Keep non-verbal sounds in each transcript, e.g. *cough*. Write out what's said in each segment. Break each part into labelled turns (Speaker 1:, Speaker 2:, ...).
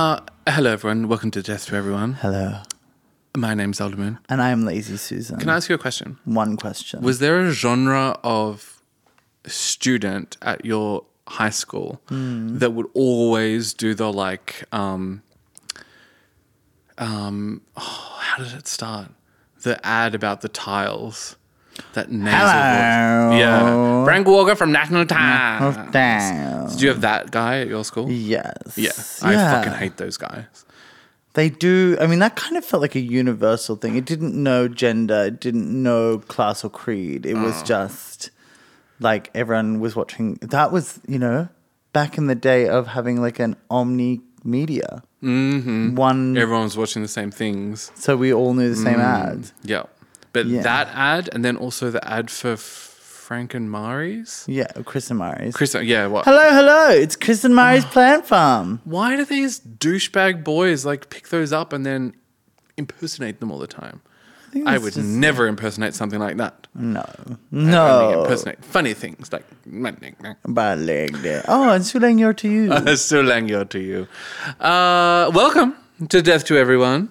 Speaker 1: Hello, everyone. Welcome to Death to Everyone.
Speaker 2: Hello.
Speaker 1: My name's Zelda Moon.
Speaker 2: And I'm Lazy Susan.
Speaker 1: Can I ask you a question?
Speaker 2: One question.
Speaker 1: Was there a genre of student at your high school that would always do the like, um, um, oh, how did it start? The ad about the tiles. That nasal
Speaker 2: Hello.
Speaker 1: voice. Yeah. Frank Walker from National Tiles.
Speaker 2: Oh, Damn.
Speaker 1: Did you have that guy at your school?
Speaker 2: Yes.
Speaker 1: Yeah. I fucking hate those guys.
Speaker 2: They do. I mean, that kind of felt like a universal thing. It didn't know gender. It didn't know class or creed. It
Speaker 1: Oh.
Speaker 2: was just like everyone was watching. That was, you know, back in the day of having like an omni media. Mm-hmm. One.
Speaker 1: Everyone was watching the same things.
Speaker 2: so we all knew the same
Speaker 1: Mm.
Speaker 2: ads.
Speaker 1: Yeah. But
Speaker 2: Yeah.
Speaker 1: that ad and then also the ad for F- Frank and Mari's.
Speaker 2: Yeah. Chris and Mari's.
Speaker 1: Chris, uh, yeah, what?
Speaker 2: Hello, hello. It's Chris and
Speaker 1: *sighs*
Speaker 2: Mari's plant farm.
Speaker 1: Why do these douchebag boys like pick those up and then impersonate them all the time?
Speaker 2: think
Speaker 1: I
Speaker 2: that's
Speaker 1: would
Speaker 2: just-
Speaker 1: never impersonate something like that.
Speaker 2: No.
Speaker 1: I only
Speaker 2: No.
Speaker 1: impersonate funny things like *laughs*
Speaker 2: But like that. Oh, and Sulang, you're to you.
Speaker 1: *laughs* so langyo to you. Uh, welcome to Death to Everyone,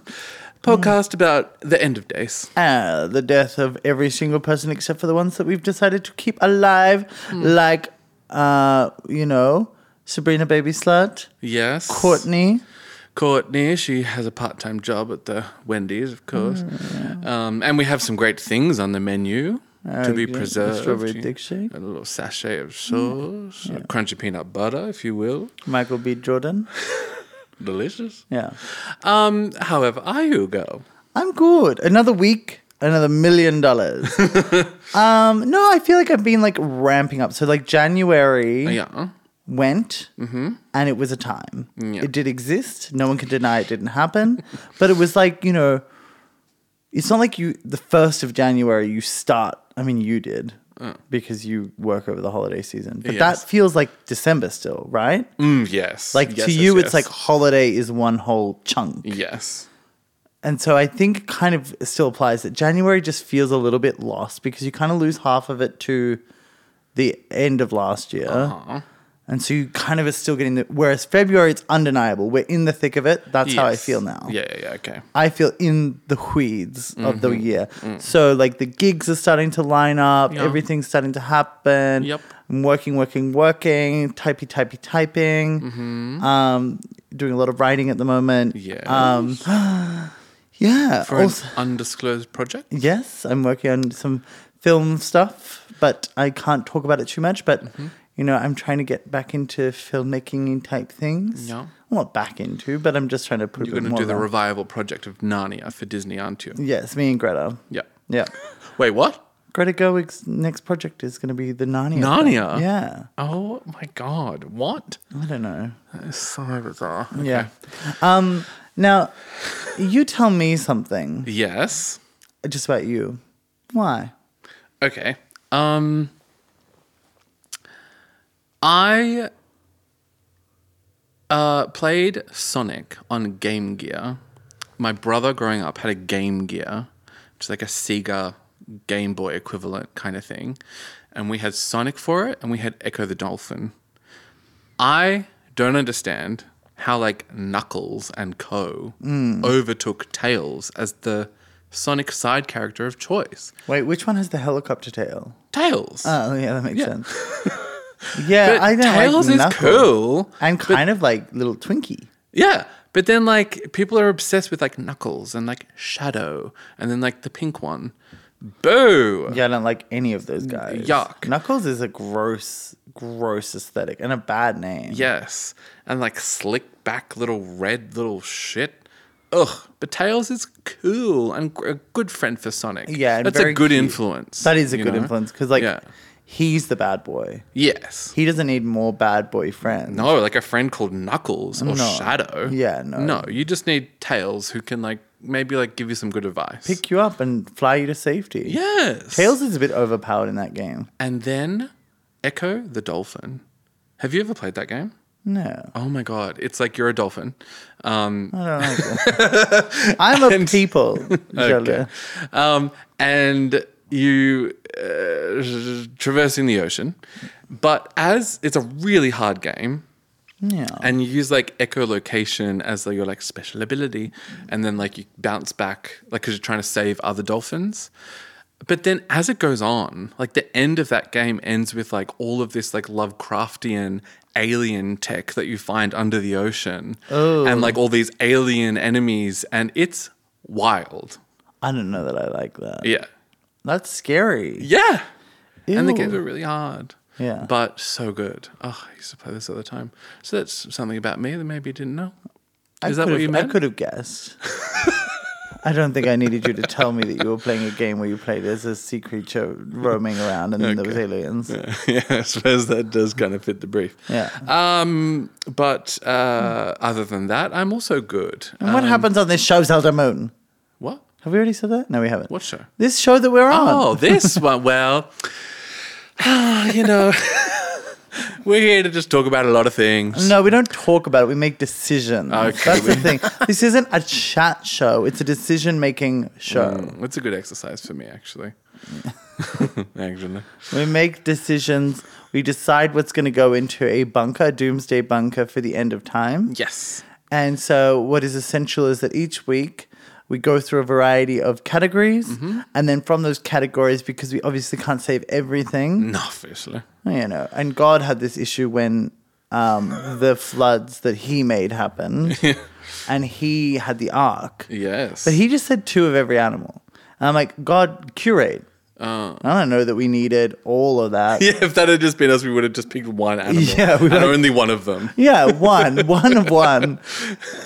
Speaker 1: podcast about the end of days.
Speaker 2: Ah, the death of every single person except for the ones that we've decided to keep alive, like, uh, you know, Sabrina Baby Slut,
Speaker 1: Yes.
Speaker 2: Courtney.
Speaker 1: Courtney, she has a part time job at the Wendy's, of course. Um, and we have some great things on the menu to be
Speaker 2: Oh, yeah,
Speaker 1: preserved.
Speaker 2: strawberry
Speaker 1: You-
Speaker 2: dick shake.
Speaker 1: A little sachet of sauce, a crunchy peanut butter, if you will.
Speaker 2: Michael B. Jordan.
Speaker 1: Delicious.
Speaker 2: Yeah.
Speaker 1: Um, however, are you go?
Speaker 2: I'm good. Another week, another million dollars. um, no, I feel like I've been like ramping up. So, like, January
Speaker 1: Yeah.
Speaker 2: went
Speaker 1: Mm-hmm.
Speaker 2: and it was a time. It did exist. No one can deny it didn't happen. *laughs* but it was like, you know, it's not like you, the 1st of January, you start. I mean, you did because you work over the holiday season. But
Speaker 1: Oh. Yes.
Speaker 2: that feels like December still, right?
Speaker 1: Mm, yes.
Speaker 2: Like
Speaker 1: Yes,
Speaker 2: to
Speaker 1: yes,
Speaker 2: you, it's
Speaker 1: yes.
Speaker 2: like holiday is one whole chunk.
Speaker 1: Yes.
Speaker 2: And so I think it kind of still applies that January just feels a little bit lost because you kind of lose half of it to the end of last year.
Speaker 1: Uh-huh.
Speaker 2: And so you kind of are still getting the. Whereas February, it's undeniable. We're in the thick of it. That's how I
Speaker 1: Yes.
Speaker 2: feel now.
Speaker 1: Yeah, yeah, yeah, okay.
Speaker 2: I feel in the weeds of the year. So like the gigs are starting to line up,
Speaker 1: Mm-hmm. Mm. Yeah.
Speaker 2: everything's starting to happen.
Speaker 1: Yep.
Speaker 2: I'm working, working, working, typey, typey, typing. Um, doing a lot of writing at the moment.
Speaker 1: Mm-hmm. Yes.
Speaker 2: Um, *gasps* yeah.
Speaker 1: For
Speaker 2: also-
Speaker 1: an undisclosed project?
Speaker 2: yes, I'm working on some film stuff, but I can't talk about it too much. But
Speaker 1: Mm-hmm.
Speaker 2: you know, I'm trying to get back into filmmaking type things.
Speaker 1: Yeah.
Speaker 2: I'm not back into, but I'm just trying to put.
Speaker 1: You're
Speaker 2: a
Speaker 1: going
Speaker 2: bit
Speaker 1: to
Speaker 2: more
Speaker 1: do the
Speaker 2: of a-
Speaker 1: revival project of Narnia for Disney, aren't you?
Speaker 2: Yes, me and Greta.
Speaker 1: Yeah.
Speaker 2: Yeah.
Speaker 1: Wait, what?
Speaker 2: Greta Gerwig's next project is going to be the Narnia. thing.
Speaker 1: Narnia?
Speaker 2: Yeah.
Speaker 1: Oh my god, what?
Speaker 2: I don't know.
Speaker 1: That is so bizarre. Okay.
Speaker 2: Yeah. Um. Now, you tell me something
Speaker 1: Yes.
Speaker 2: just about you. Why?
Speaker 1: Okay. Um I uh played Sonic on Game Gear. My brother growing up had a Game Gear, which is like a Sega Game Boy equivalent kind of thing. And we had Sonic for it and we had Echo the Dolphin. I don't understand how like Knuckles and Co overtook Tails as the Sonic side character of choice.
Speaker 2: Wait, which one has the helicopter tail?
Speaker 1: Tails.
Speaker 2: Oh, yeah, that makes
Speaker 1: *laughs*
Speaker 2: sense. yeah,
Speaker 1: but
Speaker 2: I know.
Speaker 1: Tails is cool.
Speaker 2: And kind of like little Twinkie.
Speaker 1: Yeah. But then like people are obsessed with like Knuckles and like Shadow and then like the pink one. Boo.
Speaker 2: Yeah, I don't like any of those guys.
Speaker 1: Yuck.
Speaker 2: Knuckles is a gross, gross aesthetic and a bad name.
Speaker 1: Yes. And like slick back little red little shit. Ugh. But Tails is cool and gr- a good friend for Sonic.
Speaker 2: Yeah, and
Speaker 1: That's
Speaker 2: very
Speaker 1: a good
Speaker 2: cute.
Speaker 1: influence.
Speaker 2: That is a
Speaker 1: you
Speaker 2: good
Speaker 1: know?
Speaker 2: influence because, like,
Speaker 1: Yeah.
Speaker 2: he's the bad boy.
Speaker 1: Yes.
Speaker 2: He doesn't need more bad boy friends.
Speaker 1: No, like a friend called Knuckles or
Speaker 2: No.
Speaker 1: Shadow.
Speaker 2: Yeah, no.
Speaker 1: No, you just need Tails who can like maybe like give you some good advice.
Speaker 2: Pick you up and fly you to safety.
Speaker 1: yes.
Speaker 2: Tails is a bit overpowered in that game.
Speaker 1: And then Echo the Dolphin. Have you ever played that game? *laughs*
Speaker 2: No.
Speaker 1: Oh my god, it's like you're a dolphin. Um,
Speaker 2: I don't like it. I'm a people.
Speaker 1: *laughs* okay.
Speaker 2: Zelda.
Speaker 1: um, and you uh, traversing the ocean, but as it's a really hard game,
Speaker 2: Yeah.
Speaker 1: and you use like echolocation as like, your like special ability and then like you bounce back like because you're trying to save other dolphins but then as it goes on like the end of that game ends with like all of this like lovecraftian alien tech that you find under the ocean
Speaker 2: Oh.
Speaker 1: and like all these alien enemies and it's wild
Speaker 2: I don't know that I like that.
Speaker 1: yeah
Speaker 2: That's scary.
Speaker 1: yeah and the
Speaker 2: Ew.
Speaker 1: games are really hard
Speaker 2: Yeah.
Speaker 1: but so good oh i used to play this all the time so that's something about me that maybe you didn't know
Speaker 2: I
Speaker 1: is that what
Speaker 2: could've-
Speaker 1: you meant
Speaker 2: I could
Speaker 1: *laughs*
Speaker 2: have guessed. I don't think I needed you to tell me that you were playing a game where you played as a sea creature roaming around and then there was aliens. Yeah.
Speaker 1: *laughs* yeah, I suppose that does kind of fit the brief. Um, but uh, other than that, I'm also good. Uh,
Speaker 2: And what happens on this show, Zelda Moon?
Speaker 1: What?
Speaker 2: Have we already said that? No, we haven't.
Speaker 1: What show?
Speaker 2: This show that we're on.
Speaker 1: Oh,
Speaker 2: *laughs*
Speaker 1: this one. Well, *sighs* you know, *laughs* we're here to just talk about a lot of things.
Speaker 2: No, we don't talk about it. We make decisions.
Speaker 1: Okay.
Speaker 2: That's the thing. This isn't a chat show. It's a decision-making show.
Speaker 1: Mm, It's a good exercise for me,
Speaker 2: *laughs*
Speaker 1: actually. actually.
Speaker 2: We make decisions. We decide what's going to go into a bunker, a doomsday bunker for the end of time.
Speaker 1: Yes.
Speaker 2: And so, what is essential is that each week we go through a variety of categories, and then from those categories, because we obviously can't save everything,
Speaker 1: No, obviously.
Speaker 2: you know. And God had this issue when um, the floods that He made happened, and He had the ark.
Speaker 1: Yes.
Speaker 2: But he just said two of every animal. And I'm like, God, curate. I don't know that we needed all of
Speaker 1: *laughs*
Speaker 2: that.
Speaker 1: Uh. *laughs* yeah, if that had just been us, we would have just picked one animal.
Speaker 2: Yeah, we
Speaker 1: and
Speaker 2: would've-
Speaker 1: only one of them.
Speaker 2: Yeah, one, one of one.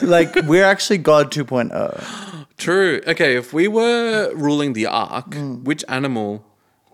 Speaker 2: Like, we're actually God oh. 2.0.
Speaker 1: True. Okay, if we were ruling the arc,
Speaker 2: Mm.
Speaker 1: which animal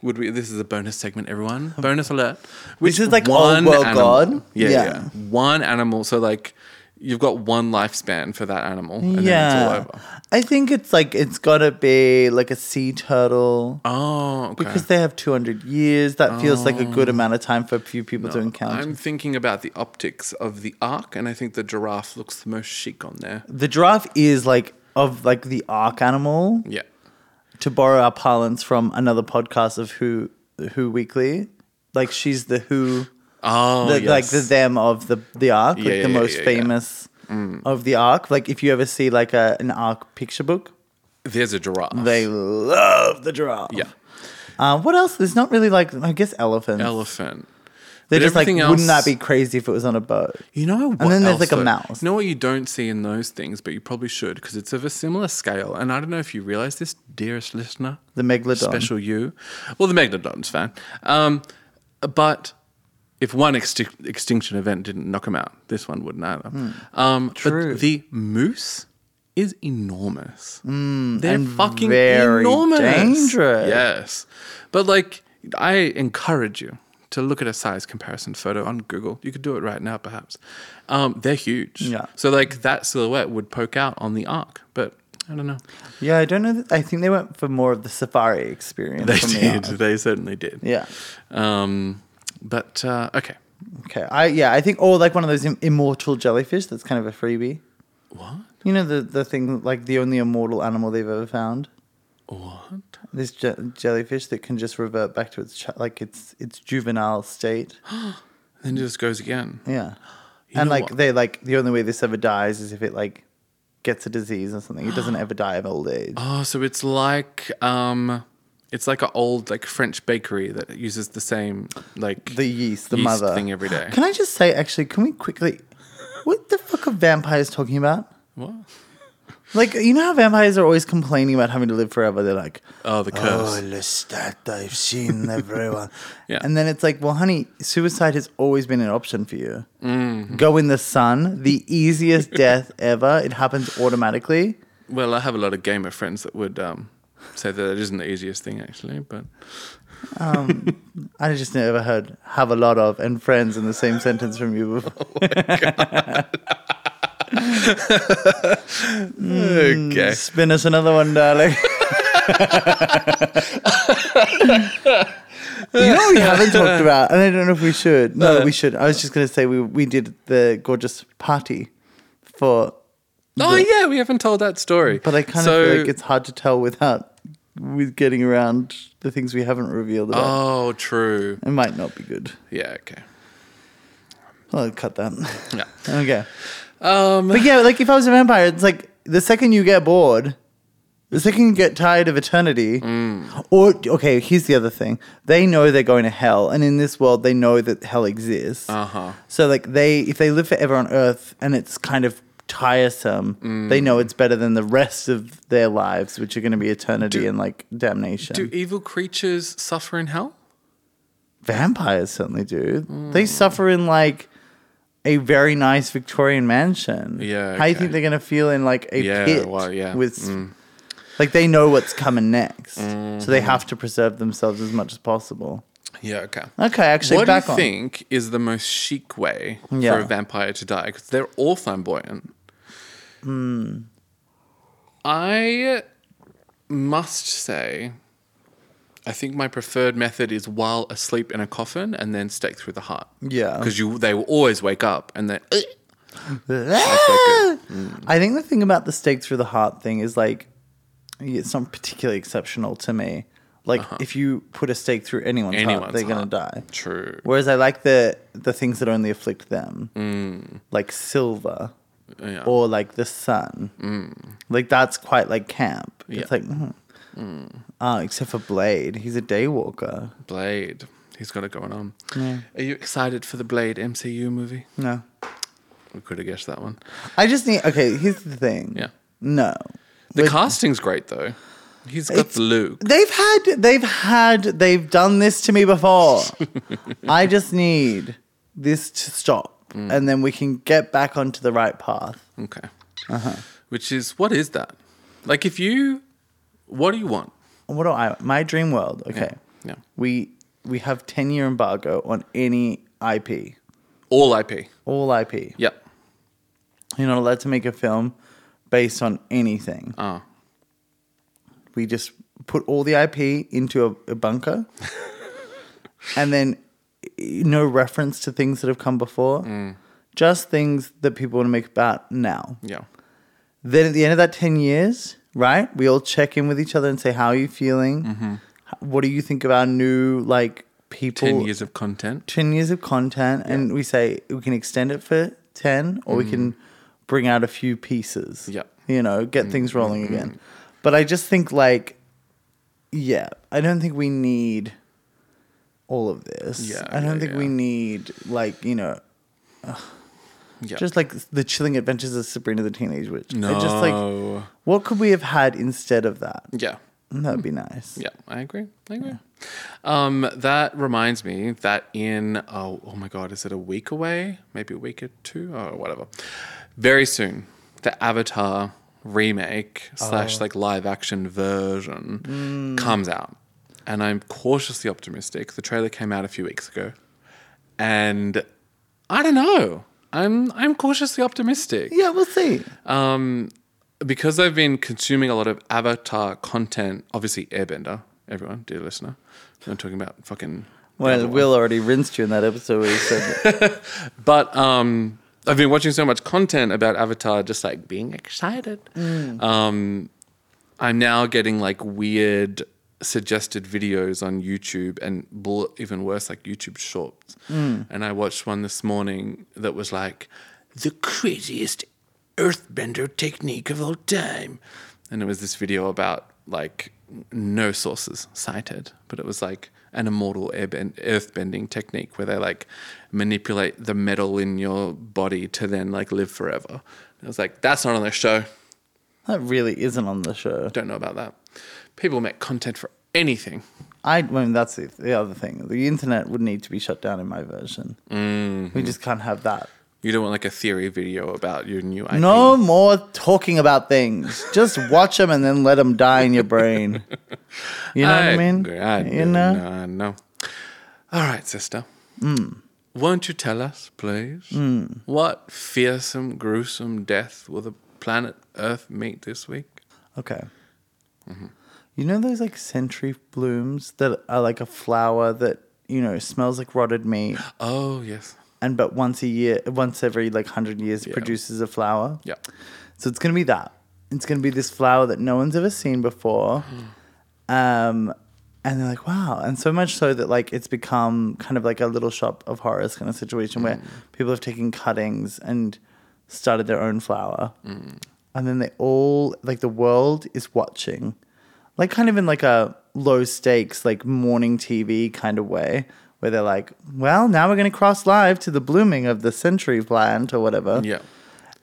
Speaker 1: would we? This is a bonus segment,
Speaker 2: *laughs*
Speaker 1: everyone. Bonus alert. Which
Speaker 2: is like old world god.
Speaker 1: Yeah,
Speaker 2: Yeah.
Speaker 1: yeah. One animal. So like, you've got one lifespan for that animal, and
Speaker 2: yeah.
Speaker 1: then it's all over.
Speaker 2: I think it's like, it's got to be like a sea turtle
Speaker 1: Oh, okay. Oh.
Speaker 2: because they have 200 years. That feels like a good amount of time for a few people to encounter.
Speaker 1: I'm thinking about the optics of the arc, and I think the giraffe looks the most chic on there.
Speaker 2: the giraffe is like, of like the ark animal,
Speaker 1: Yeah.
Speaker 2: to borrow our parlance from another podcast of Who Who Weekly, like she's the Who,
Speaker 1: Oh,
Speaker 2: the, like
Speaker 1: yes.
Speaker 2: the them of the the arc, like
Speaker 1: yeah,
Speaker 2: the
Speaker 1: yeah,
Speaker 2: most
Speaker 1: yeah, Mm. yeah.
Speaker 2: famous of the arc. Like if you ever see like a an arc picture book,
Speaker 1: There's a giraffe.
Speaker 2: they love the giraffe.
Speaker 1: yeah.
Speaker 2: Uh, what else? There's not really like I guess elephants.
Speaker 1: Elephant.
Speaker 2: They're
Speaker 1: but
Speaker 2: just like,
Speaker 1: everything
Speaker 2: wouldn't that
Speaker 1: else-
Speaker 2: be crazy if it was on a boat?
Speaker 1: You know what?
Speaker 2: then
Speaker 1: else,
Speaker 2: there's, like, a
Speaker 1: though?
Speaker 2: mouse.
Speaker 1: You know what you don't see in those things, but you probably should because it's of a similar scale. And I don't know if you realize this, dearest listener,
Speaker 2: The megalodon.
Speaker 1: special you. Well, the Megalodon's fan. Um, but if one exti- extinction event didn't knock him out, this one wouldn't either. Um,
Speaker 2: Hmm. True.
Speaker 1: But the moose is enormous. They're
Speaker 2: Hmm, and
Speaker 1: fucking
Speaker 2: very
Speaker 1: enormous.
Speaker 2: dangerous.
Speaker 1: Yes. But like, I encourage you to look at a size comparison photo on Google. You could do it right now, perhaps. Um, they're huge.
Speaker 2: Yeah.
Speaker 1: So like that silhouette would poke out on the arc, but I don't know.
Speaker 2: Yeah, I don't know. That, I think they went for more of the safari experience.
Speaker 1: They
Speaker 2: from the
Speaker 1: did.
Speaker 2: arc.
Speaker 1: They certainly did.
Speaker 2: Yeah.
Speaker 1: Um, but uh, okay.
Speaker 2: Okay. I yeah. I think or like one of those im- immortal jellyfish. That's kind of a freebie.
Speaker 1: What?
Speaker 2: You know the the thing like the only immortal animal they've ever found.
Speaker 1: What?
Speaker 2: This je- jellyfish that can just revert back to its ch- like its its
Speaker 1: *gasps*
Speaker 2: juvenile state.
Speaker 1: Then it just goes again.
Speaker 2: Yeah,
Speaker 1: You
Speaker 2: and
Speaker 1: know
Speaker 2: like
Speaker 1: what?
Speaker 2: they like the only way this ever dies is if it like gets a disease or something.
Speaker 1: *gasps*
Speaker 2: It doesn't ever die of old age.
Speaker 1: Oh, so it's like um, it's like an old like French bakery that uses the same like
Speaker 2: The yeast, the
Speaker 1: yeast
Speaker 2: mother
Speaker 1: thing every day.
Speaker 2: Can I just say actually? Can we quickly? What the fuck are vampires talking about?
Speaker 1: what?
Speaker 2: Like you know how vampires are always complaining about having to live forever. They're like,
Speaker 1: Oh, the curse.
Speaker 2: Oh, Lestat, I've seen everyone.
Speaker 1: *laughs* Yeah.
Speaker 2: And then it's like, well, honey, suicide has always been an option for you. Go in the sun, the easiest death *laughs* ever. It happens automatically.
Speaker 1: Well, I have a lot of gamer friends that would um, say that it isn't the easiest thing actually, but
Speaker 2: I just never heard have a lot of and friends in the same sentence from you
Speaker 1: *laughs*
Speaker 2: before.
Speaker 1: okay.
Speaker 2: Spin us another one, darling. *laughs* you know what we haven't talked about, and I don't know if we should.
Speaker 1: Uh.
Speaker 2: No, we should. I was just going to say we we did the gorgeous party for
Speaker 1: Oh yeah, we haven't told that story.
Speaker 2: But I kind
Speaker 1: So-
Speaker 2: of feel like it's hard to tell without with getting around the things we haven't revealed about.
Speaker 1: Oh, true.
Speaker 2: it might not be good.
Speaker 1: Yeah, okay.
Speaker 2: I'll cut that. *laughs*
Speaker 1: Yeah.
Speaker 2: Okay. Um, but yeah, like if I was a vampire, it's like the second you get bored, the second you get tired of eternity,
Speaker 1: Mm.
Speaker 2: or okay, here's the other thing: they know they're going to hell, and in this world, they know that hell exists.
Speaker 1: Uh huh.
Speaker 2: So like they, if they live forever on Earth, and it's kind of tiresome, they
Speaker 1: Mm.
Speaker 2: know it's better than the rest of their lives, which are going to be eternity and like damnation.
Speaker 1: Do evil creatures suffer in hell?
Speaker 2: Vampires certainly do.
Speaker 1: Mm.
Speaker 2: They suffer in like a very nice Victorian mansion.
Speaker 1: Yeah,
Speaker 2: How you
Speaker 1: okay.
Speaker 2: think they're gonna feel in like a
Speaker 1: Yeah,
Speaker 2: pit?
Speaker 1: well, yeah. Mm.
Speaker 2: With like they know what's coming next, so they have to preserve themselves as much as possible.
Speaker 1: Yeah. Okay.
Speaker 2: Okay, actually,
Speaker 1: what do you
Speaker 2: back on.
Speaker 1: think is the most chic way
Speaker 2: Yeah.
Speaker 1: for a vampire to die? Because they're all flamboyant.
Speaker 2: Hmm.
Speaker 1: I must say, I think my preferred method is while asleep in a coffin and then stake through the heart.
Speaker 2: Yeah. *laughs* Ah!
Speaker 1: Because you, they will always wake up and then. "Ugh."
Speaker 2: I think the thing about the stake through the heart thing is like it's not particularly exceptional to me. Like if you put a stake through anyone's, heart,
Speaker 1: Uh-huh. Anyone's
Speaker 2: they're gonna
Speaker 1: heart.
Speaker 2: die.
Speaker 1: True.
Speaker 2: Whereas I like the the things that only afflict them, like silver
Speaker 1: Mm. Yeah. Mm.
Speaker 2: or like the sun. Like that's quite like camp. It's like, mm. Ah, except for Blade, he's a day walker.
Speaker 1: Blade. He's got it going on. Um, Are you excited for the Blade MCU movie?
Speaker 2: No,
Speaker 1: We could have guessed that one.
Speaker 2: I just need. Okay, here's the thing.
Speaker 1: Yeah.
Speaker 2: No,
Speaker 1: The
Speaker 2: With-
Speaker 1: casting's great though. He's got
Speaker 2: It's-
Speaker 1: the Luke.
Speaker 2: They've had, they've had, they've done this to me before. I just need this to stop, and then we can get back onto the right path.
Speaker 1: Okay. Which is what is that? Like if you, what do you want?
Speaker 2: What do I? My dream world. Okay.
Speaker 1: Yeah.
Speaker 2: We we have ten year embargo on any IP,
Speaker 1: All IP.
Speaker 2: all IP.
Speaker 1: Yep.
Speaker 2: You're not allowed to make a film based on anything.
Speaker 1: Oh.
Speaker 2: We just put all the IP into a, a
Speaker 1: *laughs*
Speaker 2: bunker, and then eh, no reference to things that have come before.
Speaker 1: Mm.
Speaker 2: Just things that people want to make about now.
Speaker 1: Yeah.
Speaker 2: Then at the end of that 10 years, right? We all check in with each other and say, How are you feeling?
Speaker 1: Mm-hmm.
Speaker 2: H- What do you think of our new, like, people?
Speaker 1: Ten years of content.
Speaker 2: 10 years of content. And we say, We can extend it for 10 or we can bring out a few pieces.
Speaker 1: Mm-hmm. Yeah. Mm-hmm.
Speaker 2: You know, get things rolling again. But I just think, like, yeah, I don't think we need all of this.
Speaker 1: Yeah,
Speaker 2: I don't
Speaker 1: yeah,
Speaker 2: think we
Speaker 1: yeah.
Speaker 2: need, like, you know,
Speaker 1: Yeah.
Speaker 2: just like the chilling adventures of Sabrina the Teenage Witch.
Speaker 1: no.
Speaker 2: I just like what could we have had instead of that?
Speaker 1: yeah.
Speaker 2: That would be nice.
Speaker 1: Yeah. I agree. I agree. Um, that reminds me that in oh, oh my god, is it a week away? Maybe a week or two or whatever. Very soon, the Avatar remake slash like live action version comes out, and I'm cautiously optimistic. The trailer came out a few weeks ago, and I don't know. I'm I'm cautiously optimistic
Speaker 2: Yeah, we'll see.
Speaker 1: because I've been consuming a lot of Avatar content, obviously Airbender, everyone, dear listener. I'm talking about fucking. the
Speaker 2: Well,
Speaker 1: other one.
Speaker 2: Will already rinsed you in that episode where he said,
Speaker 1: But um, I've been watching so much content about Avatar, just like being excited. Um, I'm now getting like weird suggested videos on YouTube and bull- even worse, like YouTube shorts. And I watched one this morning that was like the craziest earthbender technique of all time. And it was this video about like no sources cited, but it was like an immortal airbend- earthbending technique where they like manipulate the metal in your body to then like live forever. And I was like, that's not on their show.
Speaker 2: That really isn't on the show.
Speaker 1: Don't know about that. People make content for anything.
Speaker 2: I, I mean, that's the, the other thing. The internet would need to be shut down in my version.
Speaker 1: Mm-hmm.
Speaker 2: We just can't have that.
Speaker 1: You don't want like a theory video about your new IP.
Speaker 2: No more talking about things. Just watch them and then let them die in your
Speaker 1: *laughs*
Speaker 2: brain. You know what I mean?
Speaker 1: agree. I
Speaker 2: you
Speaker 1: do
Speaker 2: know?
Speaker 1: not know. All right, sister.
Speaker 2: Hmm.
Speaker 1: Won't you tell us, please, what fearsome, gruesome death will the planet Earth meet this week?
Speaker 2: Okay.
Speaker 1: Mm-hmm.
Speaker 2: You know those like century blooms that are like a flower that you know smells like rotted meat,
Speaker 1: Oh yes,
Speaker 2: and but once a year, once every like hundred years, produces a flower.
Speaker 1: yeah.
Speaker 2: So it's gonna be that. It's gonna be this flower that no one's ever seen before, um, and they're like, wow. And so much so that like it's become kind of like a little shop of horrors kind of situation where people have taken cuttings and started their own flower. And then they all like the world is watching. Like kind of in like a low stakes, like morning TV kind of way. Where they're like, well, now we're gonna cross live to the blooming of the century plant or whatever.
Speaker 1: Yeah.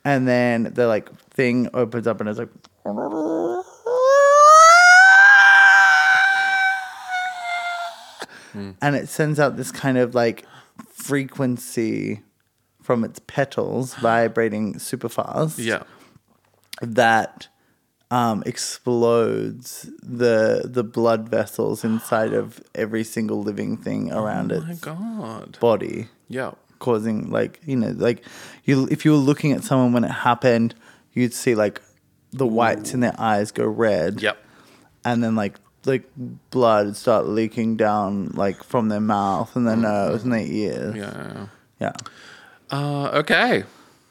Speaker 2: And then the like thing opens up and it's like and it sends out this kind of like frequency from its petals vibrating super fast
Speaker 1: Yeah.
Speaker 2: that um, explodes the the blood vessels inside of every single living thing around
Speaker 1: Oh my
Speaker 2: its
Speaker 1: God.
Speaker 2: body
Speaker 1: Yeah.
Speaker 2: causing like you know like you if you were looking at someone when it happened you'd see like the whites in their eyes go red
Speaker 1: Yep.
Speaker 2: and then like like blood start leaking down like from their mouth and their nose and their ears
Speaker 1: Mm. Yeah. yeah,
Speaker 2: yeah
Speaker 1: yeah. Uh, okay.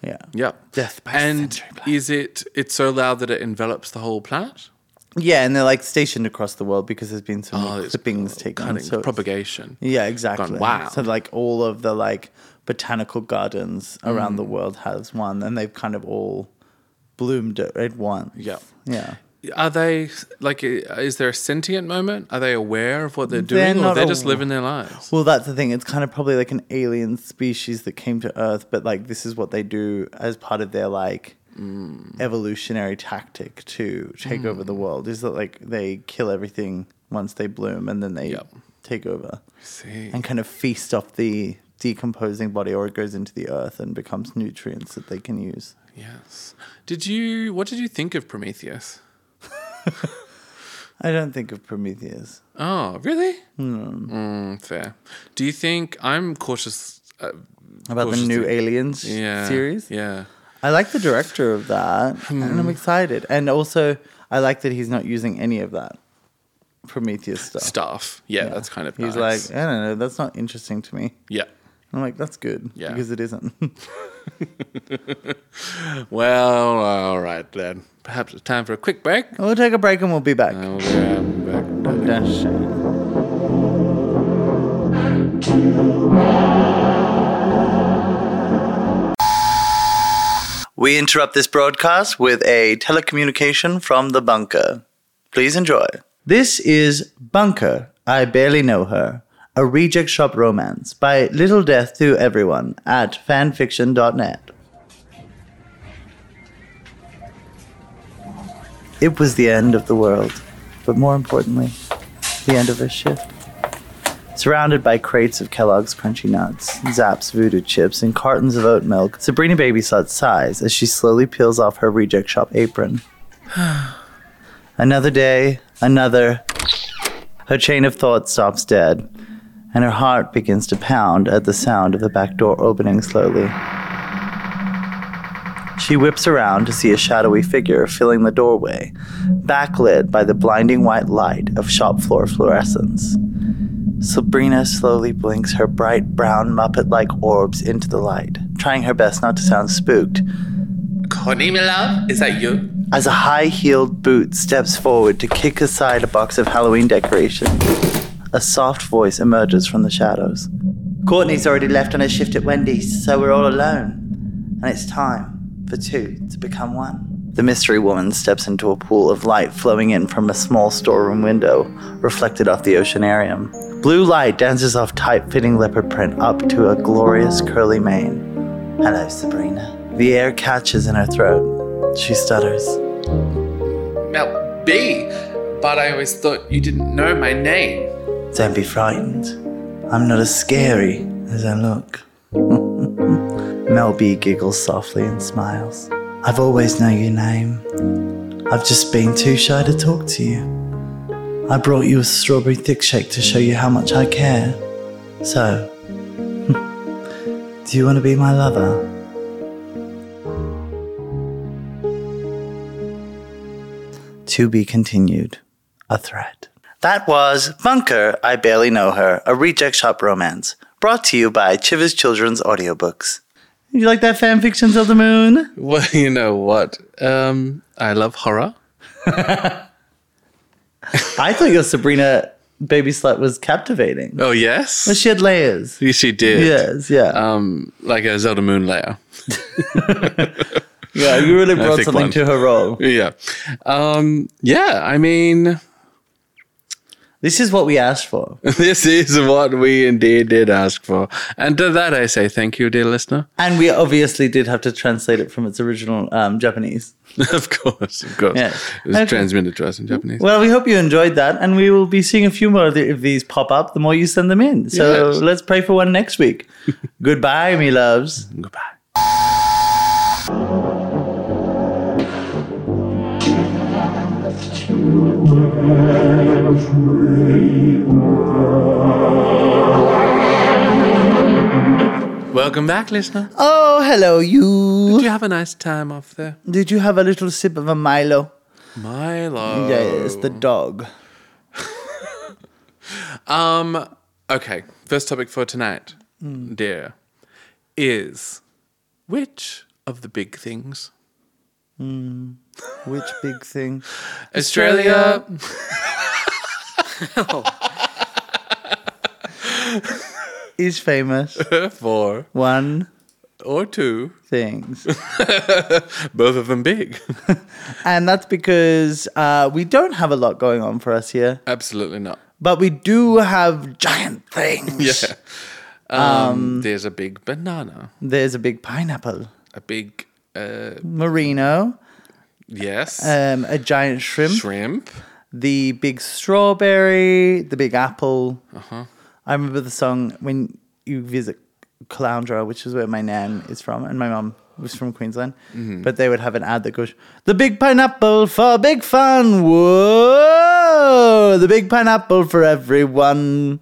Speaker 2: yeah
Speaker 1: Yep.
Speaker 2: Death by
Speaker 1: And
Speaker 2: century plant.
Speaker 1: is it? It's so loud that it envelops the whole planet.
Speaker 2: yeah and they're like stationed across the world because there's been so
Speaker 1: Oh,
Speaker 2: many
Speaker 1: it's
Speaker 2: clippings taken
Speaker 1: Cutting
Speaker 2: so it's-
Speaker 1: propagation.
Speaker 2: yeah exactly
Speaker 1: wild.
Speaker 2: so like all of the like botanical gardens around
Speaker 1: Mm.
Speaker 2: the world has one and they've kind of all bloomed at- at once
Speaker 1: Yep.
Speaker 2: yeah
Speaker 1: Are they like? i- Is there a sentient moment? Are they aware of what they're doing,
Speaker 2: They're
Speaker 1: or
Speaker 2: not
Speaker 1: they're just
Speaker 2: aw-
Speaker 1: living their lives?
Speaker 2: Well, that's the thing. It's kind of probably like an alien species that came to Earth, but like this is what they do as part of their like
Speaker 1: Mm.
Speaker 2: evolutionary tactic to take over the world. Is that like they kill everything once they bloom and then they
Speaker 1: Yep.
Speaker 2: take over
Speaker 1: See.
Speaker 2: and kind of feast off the decomposing body, or it goes into the earth and becomes nutrients that they can use.
Speaker 1: Yes. Did you? What did you think of Prometheus?
Speaker 2: I don't think of Prometheus.
Speaker 1: Oh, really?
Speaker 2: Hmm.
Speaker 1: Mm, fair. Do you think I'm cautious? Uh,
Speaker 2: About the
Speaker 1: cautious
Speaker 2: new
Speaker 1: to-
Speaker 2: aliens
Speaker 1: yeah,
Speaker 2: series,
Speaker 1: Yeah.
Speaker 2: I like the director of that, and
Speaker 1: Hmm.
Speaker 2: I'm excited. And also, I like that he's not using any of that Prometheus stuff.
Speaker 1: Stuff. Yeah, that's kind of. nice.
Speaker 2: He's like, I don't know, that's not interesting to me.
Speaker 1: yeah.
Speaker 2: I'm like, that's good
Speaker 1: Yeah.
Speaker 2: because it isn't. *laughs*
Speaker 1: Well, all right then. Perhaps it's time for a quick break.
Speaker 2: we'll take a break and we'll be back.
Speaker 1: And we'll be right back.
Speaker 2: Dash. We interrupt this broadcast with a telecommunication from the bunker. Please enjoy. This is Bunker, I Barely Know Her, a reject shop romance by Little Death to Everyone at fanfiction.net. It was the end of the world, but more importantly, the end of her shift. Surrounded by crates of Kellogg's Crunchy Nuts, Zapp's Voodoo Chips, and cartons of oat milk, Sabrina Baby Slut sighs as she slowly peels off her reject shop apron. *sighs* another day, another. Her chain of thought stops dead, and her heart begins to pound at the sound of the back door opening slowly. She whips around to see a shadowy figure filling the doorway, backlit by the blinding white light of shop floor fluorescence. Sabrina slowly blinks her bright brown Muppet like orbs into the light, trying her best not to sound spooked,
Speaker 1: Connie, my love, is that you?
Speaker 2: as a high heeled boot steps forward to kick aside a box of Halloween decorations. A soft voice emerges from the shadows. Courtney's already left on her shift at Wendy's, so we're all alone. And it's time for two to become one. The mystery woman steps into a pool of light flowing in from a small storeroom window, reflected off the oceanarium. Blue light dances off tight fitting leopard print up to a glorious curly mane. Hello, Sabrina. The air catches in her throat. She stutters.
Speaker 1: Now, B, but I always thought you didn't know my name.
Speaker 2: Don't be frightened. I'm not as scary as I look. *laughs* Mel B giggles softly and smiles. I've always known your name. I've just been too shy to talk to you. I brought you a strawberry thick shake to show you how much I care. So, *laughs* do you want to be my lover? To be continued. A threat. That was Bunker, I Barely Know Her, a reject shop romance, brought to you by Chivers Children's Audiobooks. You like that fan fiction till the moon?
Speaker 1: Well, *laughs* you know what? Um, I love horror.
Speaker 2: I thought your Sabrina Baby Slut was captivating.
Speaker 1: Oh yes,
Speaker 2: But she had layers.
Speaker 1: she, she did.
Speaker 2: Yes, yeah.
Speaker 1: Um, like a Zelda Moon layer.
Speaker 2: yeah, you really brought
Speaker 1: thick
Speaker 2: something
Speaker 1: one.
Speaker 2: to her role.
Speaker 1: Yeah. Um, yeah. I mean, *laughs*
Speaker 2: This is what we asked for.
Speaker 1: this is what we indeed did ask for, and to that I say thank you, dear listener. *laughs*
Speaker 2: And we obviously did have to translate it from its original um, Japanese.
Speaker 1: of course, of course.
Speaker 2: Yeah.
Speaker 1: It was
Speaker 2: Okay.
Speaker 1: transmitted to us in Japanese.
Speaker 2: Well, we hope you enjoyed that, and we will be seeing a few more of the- of these pop up the more you send them in. So
Speaker 1: Yes.
Speaker 2: let's pray for one
Speaker 1: *laughs*
Speaker 2: next week. Goodbye, me loves.
Speaker 1: Goodbye. Welcome back, listener.
Speaker 2: Oh, hello,
Speaker 1: Did
Speaker 2: you.
Speaker 1: you have a nice time off there?
Speaker 2: Did you have a little sip of a Milo?
Speaker 1: Milo.
Speaker 2: Yes, the dog.
Speaker 1: Um. Okay. First topic for tonight, dear, is which of the big things?
Speaker 2: Which big thing?
Speaker 1: Australia.
Speaker 2: Is famous.
Speaker 1: *laughs* Four
Speaker 2: One
Speaker 1: or two. *laughs*
Speaker 2: things.
Speaker 1: Both of them big. *laughs*
Speaker 2: And that's because uh, we don't have a lot going on for us here,
Speaker 1: Absolutely not. *laughs*
Speaker 2: but we do have giant things.
Speaker 1: Yeah. Um, there's a big banana.
Speaker 2: There's a big pineapple,
Speaker 1: A big uh
Speaker 2: merino,
Speaker 1: yes.
Speaker 2: um, a giant shrimp,
Speaker 1: shrimp.
Speaker 2: the big strawberry, the big apple.
Speaker 1: Uh-huh.
Speaker 2: I remember the song when you visit Caloundra, which is where my nan is from, and my mum was from Queensland. But they would have an ad that goes, "The big pineapple for big fun, whoa! The big pineapple for everyone."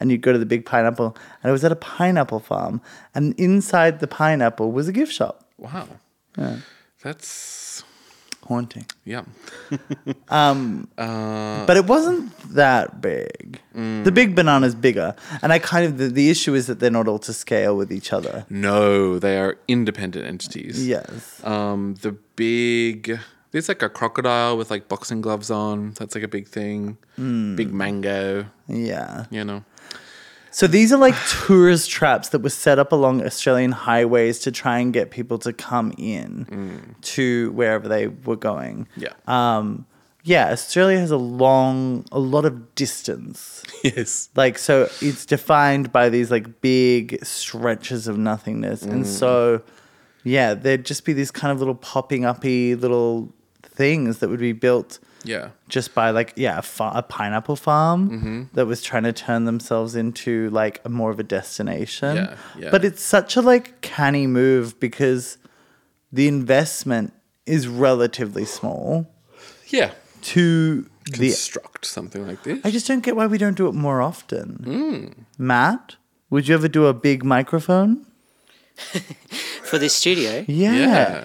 Speaker 2: And you'd go to the big pineapple, and it was at a pineapple farm, and inside the pineapple was a gift shop.
Speaker 1: Wow. That's
Speaker 2: Haunting.
Speaker 1: yeah.
Speaker 2: but it wasn't that big. The big banana's bigger, and I kind of the, the issue is that they're not all to scale with each other.
Speaker 1: No, they are independent entities.
Speaker 2: Yes,
Speaker 1: Um the big there's like a crocodile with like boxing gloves on. That's like a big thing.
Speaker 2: Hmm.
Speaker 1: Big mango,
Speaker 2: yeah.
Speaker 1: you
Speaker 2: *laughs*
Speaker 1: know.
Speaker 2: So these are like tourist traps that were set up along Australian highways to try and get people to come in to wherever they were going.
Speaker 1: Yeah.
Speaker 2: Um, yeah, Australia has a long, a lot of distance.
Speaker 1: yes.
Speaker 2: like so it's defined by these like big stretches of nothingness
Speaker 1: Mm.
Speaker 2: and so yeah there'd just be these kind of little popping uppy little things that would be built
Speaker 1: Yeah.
Speaker 2: just by like yeah a, fa- a pineapple farm
Speaker 1: Mm-hmm.
Speaker 2: that was trying to turn themselves into like a more of a destination
Speaker 1: Yeah, yeah.
Speaker 2: but it's such a like canny move because the investment is relatively small
Speaker 1: Yeah.
Speaker 2: to the
Speaker 1: Construct something like this.
Speaker 2: I just don't get why we don't do it more often.
Speaker 3: Hmm.
Speaker 2: Matt, would you ever do a big microphone?
Speaker 3: for this studio.
Speaker 2: Yeah.
Speaker 1: yeah.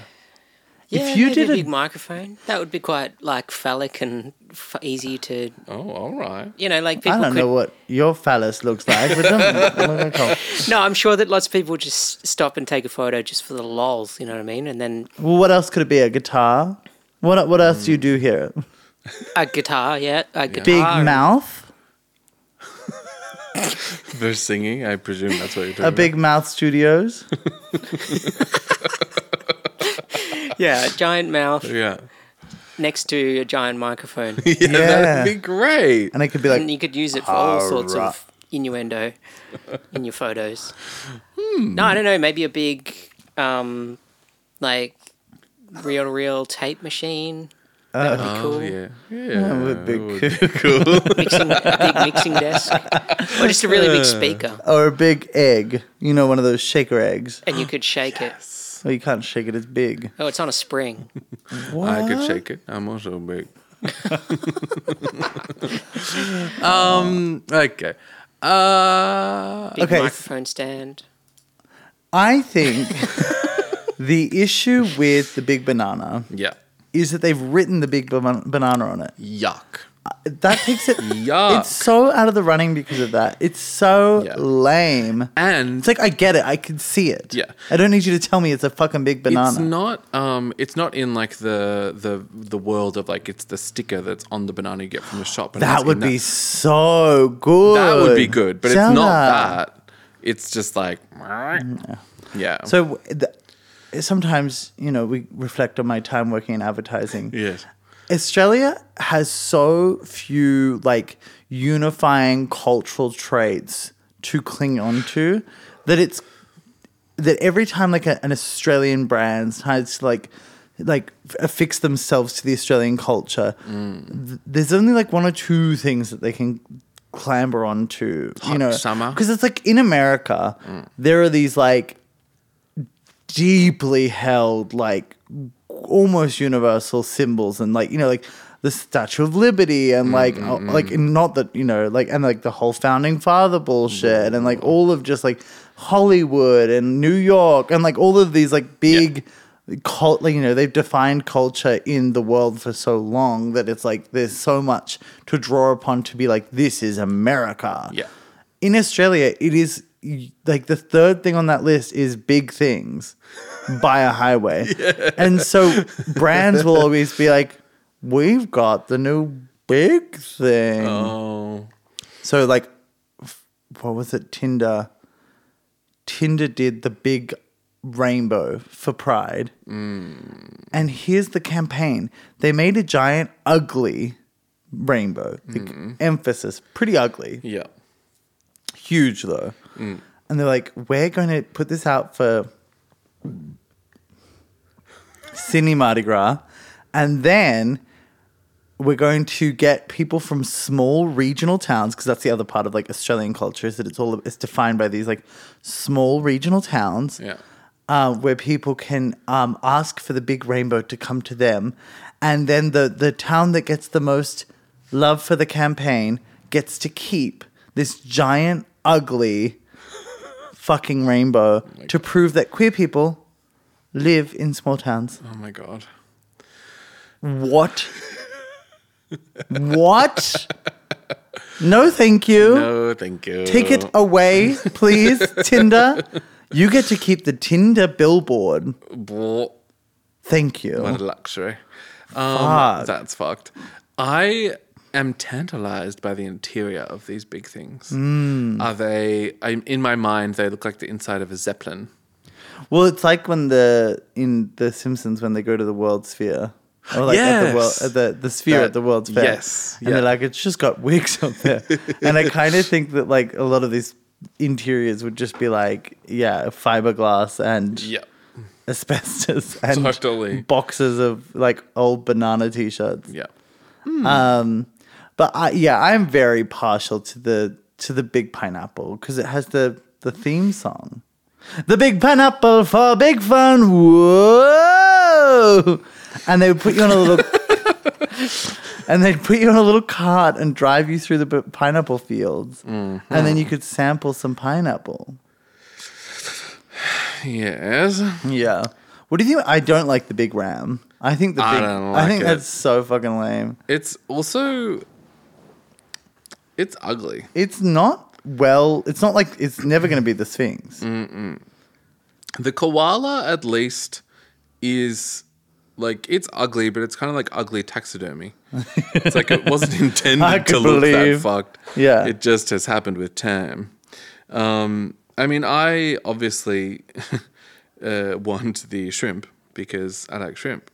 Speaker 3: Yeah,
Speaker 2: you
Speaker 3: maybe
Speaker 2: did a-
Speaker 3: a big microphone, that would be quite like phallic and f- easy to,
Speaker 1: Oh, all right.
Speaker 3: you know, like
Speaker 2: I
Speaker 3: people
Speaker 2: don't
Speaker 3: could.
Speaker 2: know what your phallus looks like, but it
Speaker 3: *laughs*
Speaker 2: doesn't look like a-
Speaker 3: No, I'm sure that lots of people would just stop and take a photo just for the lols. You know what I mean? And then
Speaker 2: well, what else could it be? A guitar? What what else do you do here?
Speaker 3: a guitar, yeah, a Hmm. guitar.
Speaker 2: Big
Speaker 3: and-
Speaker 2: mouth?
Speaker 1: They're singing. I presume that's what you're talking
Speaker 2: A big mouth studios?
Speaker 3: yeah, a giant mouth
Speaker 1: about. Yeah.
Speaker 3: next to a giant
Speaker 2: *laughs*
Speaker 3: microphone,
Speaker 1: *laughs* Yeah,
Speaker 2: Yeah.
Speaker 1: that'd be great.
Speaker 2: And it could be
Speaker 3: and *laughs*
Speaker 2: like
Speaker 3: you could use it for all sorts
Speaker 2: Alright.
Speaker 3: of
Speaker 2: *laughs*
Speaker 3: innuendo in your photos.
Speaker 2: Hmm.
Speaker 3: No, I don't know. Maybe a big, um, like reel-to-reel tape machine. That would be cool.
Speaker 1: Oh yeah, yeah.
Speaker 2: a
Speaker 1: would
Speaker 2: big *laughs*
Speaker 3: mixing, a big mixing desk, or just a really
Speaker 2: Uh.
Speaker 3: big speaker,
Speaker 2: or oh, a big egg. You know, one of those shaker eggs.
Speaker 3: and you could shake
Speaker 2: Well, you can't shake it, it's big.
Speaker 3: it. Oh, it's on a spring.
Speaker 1: I could shake it. I'm also
Speaker 2: *laughs*
Speaker 1: big. um. Okay. Uh.
Speaker 3: Big
Speaker 2: Okay.
Speaker 3: microphone stand.
Speaker 2: I
Speaker 3: *laughs*
Speaker 2: think the issue with the big banana
Speaker 1: Yeah.
Speaker 2: is that they've written the big ban- banana on it.
Speaker 1: Yuck.
Speaker 2: that takes
Speaker 3: *laughs*
Speaker 2: it.
Speaker 1: Yuck.
Speaker 2: It's so out of the running because of that. It's so
Speaker 1: Yeah.
Speaker 2: lame.
Speaker 1: and
Speaker 2: It's like I get it. I can see it.
Speaker 1: Yeah.
Speaker 2: I don't need you to tell me it's a fucking big
Speaker 1: it's
Speaker 2: banana.
Speaker 1: not um it's not in like the the the world of like it's the sticker that's on the banana you get from the shop. but it's
Speaker 2: that
Speaker 1: in
Speaker 2: would be so good.
Speaker 1: that would be good, but it's
Speaker 2: Jenna.
Speaker 1: not that. It's just like yeah.
Speaker 2: So w- th- sometimes you know we reflect on my time working in advertising.
Speaker 1: yes.
Speaker 2: Australia has so few like unifying cultural traits to cling on to that it's that every time like a, an Australian brand tries to like like f- affix themselves to the Australian culture,
Speaker 1: Mm.
Speaker 2: th- there's only like one or two things that they can clamber onto, you
Speaker 1: Hot
Speaker 2: know,
Speaker 1: summer. Mm.
Speaker 2: because it's like in America there are these like deeply held like almost universal symbols and like you know like the Statue of Liberty and like uh, like not that you know like and like the whole founding father bullshit and like all of just like Hollywood and New York and like all of these like big cult like you know they've defined culture in the world for so long that it's like there's so much to draw upon to be like this is America
Speaker 1: Yeah.
Speaker 2: in Australia, it is y- like the third thing on that list is big things by a highway. And so brands will always be like, we've got the new big thing.
Speaker 1: Oh.
Speaker 2: So, like, f- what was it? Tinder. Tinder did the big rainbow for Pride. And here's the campaign they made a giant, ugly rainbow. Like, Emphasis, pretty ugly
Speaker 1: Yeah.
Speaker 2: huge though. And they're like, we're going to put this out for Sydney Mardi Gras, and then we're going to get people from small regional towns because that's the other part of like Australian culture is that it's all it's defined by these like small regional towns
Speaker 1: Yeah.
Speaker 2: uh, where people can um, ask for the big rainbow to come to them. And then the, the town that gets the most love for the campaign gets to keep this giant, ugly fucking rainbow to prove that queer people live in small towns.
Speaker 1: Oh my god.
Speaker 2: What? what? No, thank you.
Speaker 1: No, thank you.
Speaker 2: Take it away,
Speaker 1: *laughs*
Speaker 2: please, Tinder. You get to keep the Tinder billboard.
Speaker 1: Blah.
Speaker 2: Thank you. Ah,
Speaker 1: What a luxury. Um,
Speaker 2: Fuck.
Speaker 1: That's fucked. I am tantalized by the interior of these big things.
Speaker 2: Hmm.
Speaker 1: Are they? I'm in my mind. They look like the inside of a zeppelin.
Speaker 2: Well, it's like when the in the Simpsons when they go to the World Sphere. Or like at the, world,
Speaker 1: Yes.
Speaker 2: at the the sphere at
Speaker 1: That-
Speaker 2: the World's Fair.
Speaker 1: yes,
Speaker 2: And
Speaker 1: yeah.
Speaker 2: they're like, it's just got wigs up
Speaker 1: *laughs*
Speaker 2: there. and I kind of think that like a lot of these interiors would just be like, yeah, fiberglass and
Speaker 1: Yeah. *laughs*
Speaker 2: asbestos and
Speaker 1: Totally.
Speaker 2: boxes of like old banana t shirts.
Speaker 1: Yeah.
Speaker 2: Um, but I, yeah, I'm very partial to the to the Big Pineapple because it has the the theme song, the Big Pineapple for Big Fun. Whoa! And they would put you on
Speaker 1: *laughs*
Speaker 2: a little. And they'd put you on a little cart and drive you through the b- pineapple fields.
Speaker 1: Mm-hmm.
Speaker 2: And then you could sample some pineapple.
Speaker 1: Yes.
Speaker 2: Yeah. What do you think? I don't like the big ram. I think the big.
Speaker 1: I
Speaker 2: I,
Speaker 1: don't like
Speaker 2: think
Speaker 1: it.
Speaker 2: that's so fucking lame.
Speaker 1: It's also. It's ugly.
Speaker 2: It's not well. It's not like it's never going to be the Sphinx.
Speaker 1: Mm. The koala, at least, is like it's ugly, but it's kind of like ugly taxidermy. it's like it wasn't
Speaker 2: *laughs* I
Speaker 1: intended to
Speaker 2: could
Speaker 1: look that
Speaker 2: believe-
Speaker 1: fucked.
Speaker 2: Yeah.
Speaker 1: it just has happened with time. Um, I mean, I obviously *laughs* uh, want the shrimp because I like shrimp.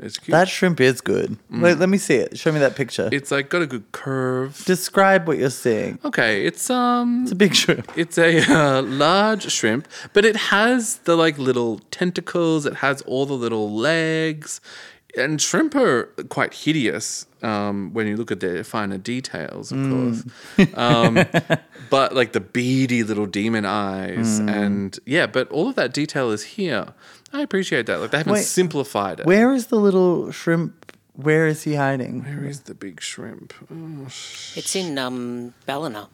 Speaker 1: It's cute.
Speaker 2: That shrimp is good.
Speaker 1: Mm.
Speaker 2: Wait, let me see it. Show me that picture.
Speaker 1: it's like got a good curve.
Speaker 2: Describe what you're seeing.
Speaker 1: Okay, it's um,
Speaker 2: It's a big shrimp.
Speaker 1: It's a *laughs* uh, large shrimp, but it has the like little tentacles. It has all the little legs, and shrimp are quite hideous um, when you look at their finer details, of course. Um, but like the beady little demon eyes, and yeah, but all of that detail is here. I appreciate that. Like they haven't
Speaker 2: Wait,
Speaker 1: simplified it.
Speaker 2: Where is the little shrimp? Where is he hiding?
Speaker 1: Where is the big shrimp? Oh,
Speaker 3: It's in um, Ballina.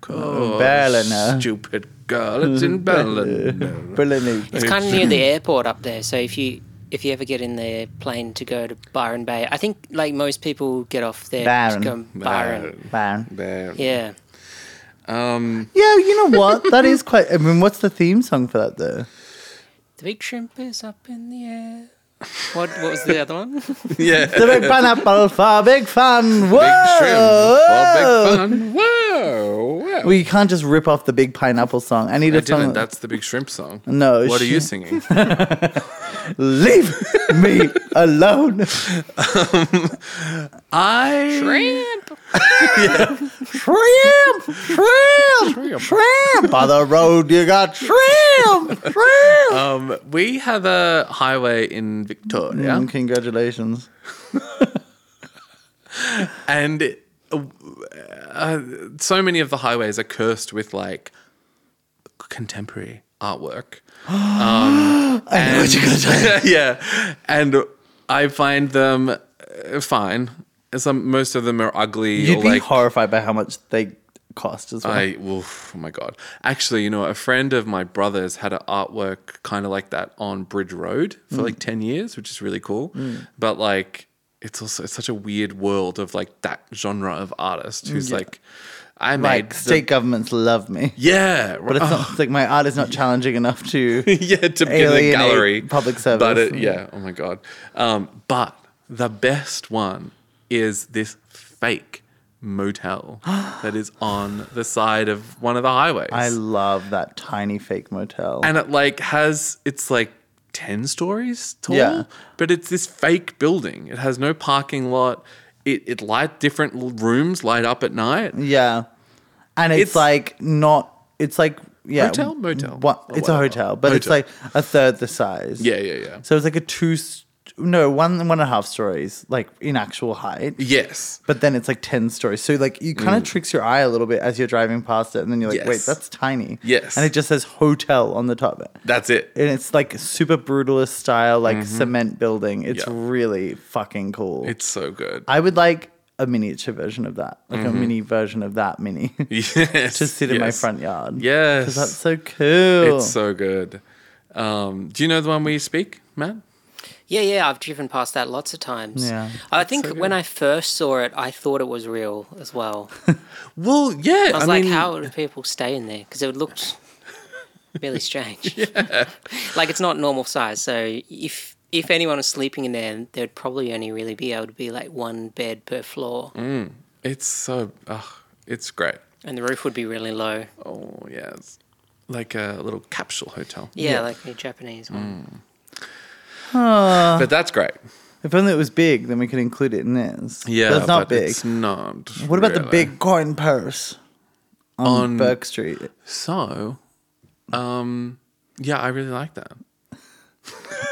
Speaker 1: God,
Speaker 2: Ballina.
Speaker 1: Stupid Oh, girl. It's in Ballina.
Speaker 2: Brilliant.
Speaker 1: *laughs*
Speaker 3: It's kind of near the airport up there. So if you if you ever get in the plane to go to Byron Bay, I think like most people get off there
Speaker 2: Byron.
Speaker 3: to go Byron.
Speaker 2: Ban.
Speaker 1: There.
Speaker 3: Yeah.
Speaker 2: Yeah, you know what? That is quite. I mean, what's the theme song for
Speaker 1: *laughs*
Speaker 2: that though?
Speaker 3: The big shrimp is up in the air. What what was the other one?
Speaker 1: Yeah.
Speaker 2: The big pineapple for big fun. Whoa!
Speaker 1: Big shrimp. Oh, big fun. Whoa. wow.
Speaker 2: Well, you can't just rip off the big pineapple song. I need a
Speaker 1: I didn't.
Speaker 2: song.
Speaker 1: That's the big shrimp song.
Speaker 2: No,
Speaker 1: What are you
Speaker 2: she- *laughs*
Speaker 1: singing?
Speaker 2: Leave *laughs* me alone.
Speaker 1: I
Speaker 3: *laughs* Shrimp.
Speaker 2: Shrimp, shrimp,
Speaker 1: Shrimp.
Speaker 2: shrimp. By the road, you got shrimp, shrimp.
Speaker 1: Um, we have a highway in Victoria,
Speaker 2: Mm, congratulations.
Speaker 1: and uh, so many of the highways are cursed with like contemporary
Speaker 2: *gasps*
Speaker 1: artwork. Um,
Speaker 2: I know what you're gonna say.
Speaker 1: *laughs* yeah, and I find them uh, fine. Some most of them are ugly.
Speaker 2: You'd
Speaker 1: or
Speaker 2: be
Speaker 1: like,
Speaker 2: horrified by how much they cost as well.
Speaker 1: I oof, oh my god! Actually, you know, a friend of my brother's had an artwork kind of like that on Bridge Road for
Speaker 2: Mm.
Speaker 1: like ten years, which is really cool. But like, it's also it's such a weird world of like that genre of
Speaker 2: Mm,
Speaker 1: artist who's like, I made
Speaker 2: like
Speaker 1: the-
Speaker 2: state governments
Speaker 1: *laughs*
Speaker 2: love me,
Speaker 1: yeah,
Speaker 2: but it's,
Speaker 1: oh,
Speaker 2: not, it's like my art is not challenging enough to.
Speaker 1: *laughs* yeah, to be in the
Speaker 2: alienate
Speaker 1: gallery,
Speaker 2: public service.
Speaker 1: But it, yeah, oh my god! Um, but the best one is this fake
Speaker 2: *gasps*
Speaker 1: motel that is on the side of one of the highways.
Speaker 2: I love that tiny fake motel.
Speaker 1: and it like has it's like 10 stories tall
Speaker 2: Yeah.
Speaker 1: but it's this fake building it has no parking lot it, it light different l- rooms light up at night
Speaker 2: yeah, and it's,
Speaker 1: It's-
Speaker 2: like not. It's like yeah,
Speaker 1: Hotel? Motel?
Speaker 2: What?
Speaker 1: Or
Speaker 2: It's a
Speaker 1: whatever.
Speaker 2: hotel, but it's
Speaker 1: Hotel.
Speaker 2: like a third the size.
Speaker 1: yeah yeah yeah
Speaker 2: So it's like a two, st- no, one one and a half stories, like in actual height.
Speaker 1: yes
Speaker 2: But then it's like ten stories, so like you kind of tricks your eye a little bit as you're driving past it, and then you're like, "Wait,
Speaker 1: Mm. Yes.
Speaker 2: that's tiny."
Speaker 1: Yes.
Speaker 2: and it just says hotel on the top, and
Speaker 1: that's it
Speaker 2: it's like super brutalist style, like cement building. It's
Speaker 1: Mm-hmm. Yeah.
Speaker 2: really fucking cool.
Speaker 1: it's so good
Speaker 2: I would like a miniature version of that, like
Speaker 1: Mm-hmm.
Speaker 2: a mini version of that mini,
Speaker 1: *laughs*
Speaker 2: *laughs*
Speaker 1: yes
Speaker 2: to sit in my
Speaker 1: yes.
Speaker 2: front yard.
Speaker 1: yes
Speaker 2: that's so cool.
Speaker 1: it's so good um, do you know the one we speak matt
Speaker 3: Yeah, yeah, I've driven past that lots of times.
Speaker 2: Yeah.
Speaker 3: I think when I first saw it, I thought it was real as well.
Speaker 1: well yeah
Speaker 3: I was like, how do people stay in there? Because it looked really strange. *laughs* like it's not normal size. So if if anyone was sleeping in there, there'd probably only really be able to be like one bed per floor,
Speaker 1: it's so oh, it's great
Speaker 3: and the roof would be really low.
Speaker 1: oh yes like a little capsule hotel
Speaker 3: Yeah, like a Japanese one.
Speaker 2: Uh,
Speaker 1: but that's great
Speaker 2: if only it was big, then we could include it in this.
Speaker 1: Yeah,
Speaker 2: but it's not
Speaker 1: but
Speaker 2: big.
Speaker 1: It's not.
Speaker 2: What about the
Speaker 1: really.
Speaker 2: big coin purse on,
Speaker 1: On-
Speaker 2: Burke Street?
Speaker 1: So, um, yeah, I really like that.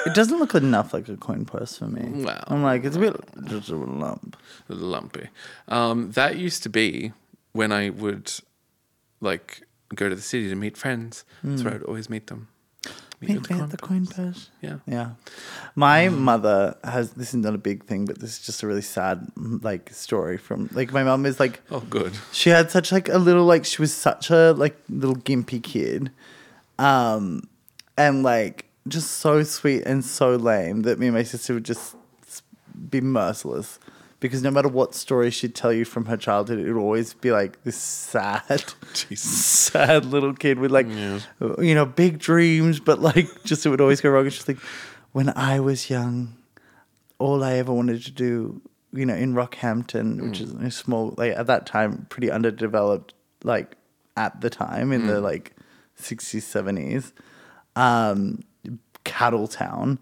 Speaker 2: It doesn't look enough like a coin purse for me.
Speaker 1: Well.
Speaker 2: I'm like, it's a bit just a lump.
Speaker 1: Lumpy. Um, that used to be when I would like go to the city to meet friends. So I'd always meet them. Hmm. Meet
Speaker 2: Meet
Speaker 1: with
Speaker 2: me
Speaker 1: con-
Speaker 2: at the coin purse.
Speaker 1: Yeah.
Speaker 2: Yeah. My
Speaker 1: Mm.
Speaker 2: mother has this is not a big thing, but this is just a really sad like story from like my mum is like
Speaker 1: Oh, good. *laughs*
Speaker 2: she had such like a little like she was such a like little gimpy kid um and like just so sweet and so lame that me and my sister would just s- be merciless because no matter what story she'd tell you from her childhood it would always be like this sad
Speaker 1: Jesus.
Speaker 2: *laughs* sad little kid with like you know big dreams but like just it would always go wrong and she's like when i was young all i ever wanted to do you know in rockhampton which is a small like at that time pretty underdeveloped like at the time in the like 60s 70s um cattle town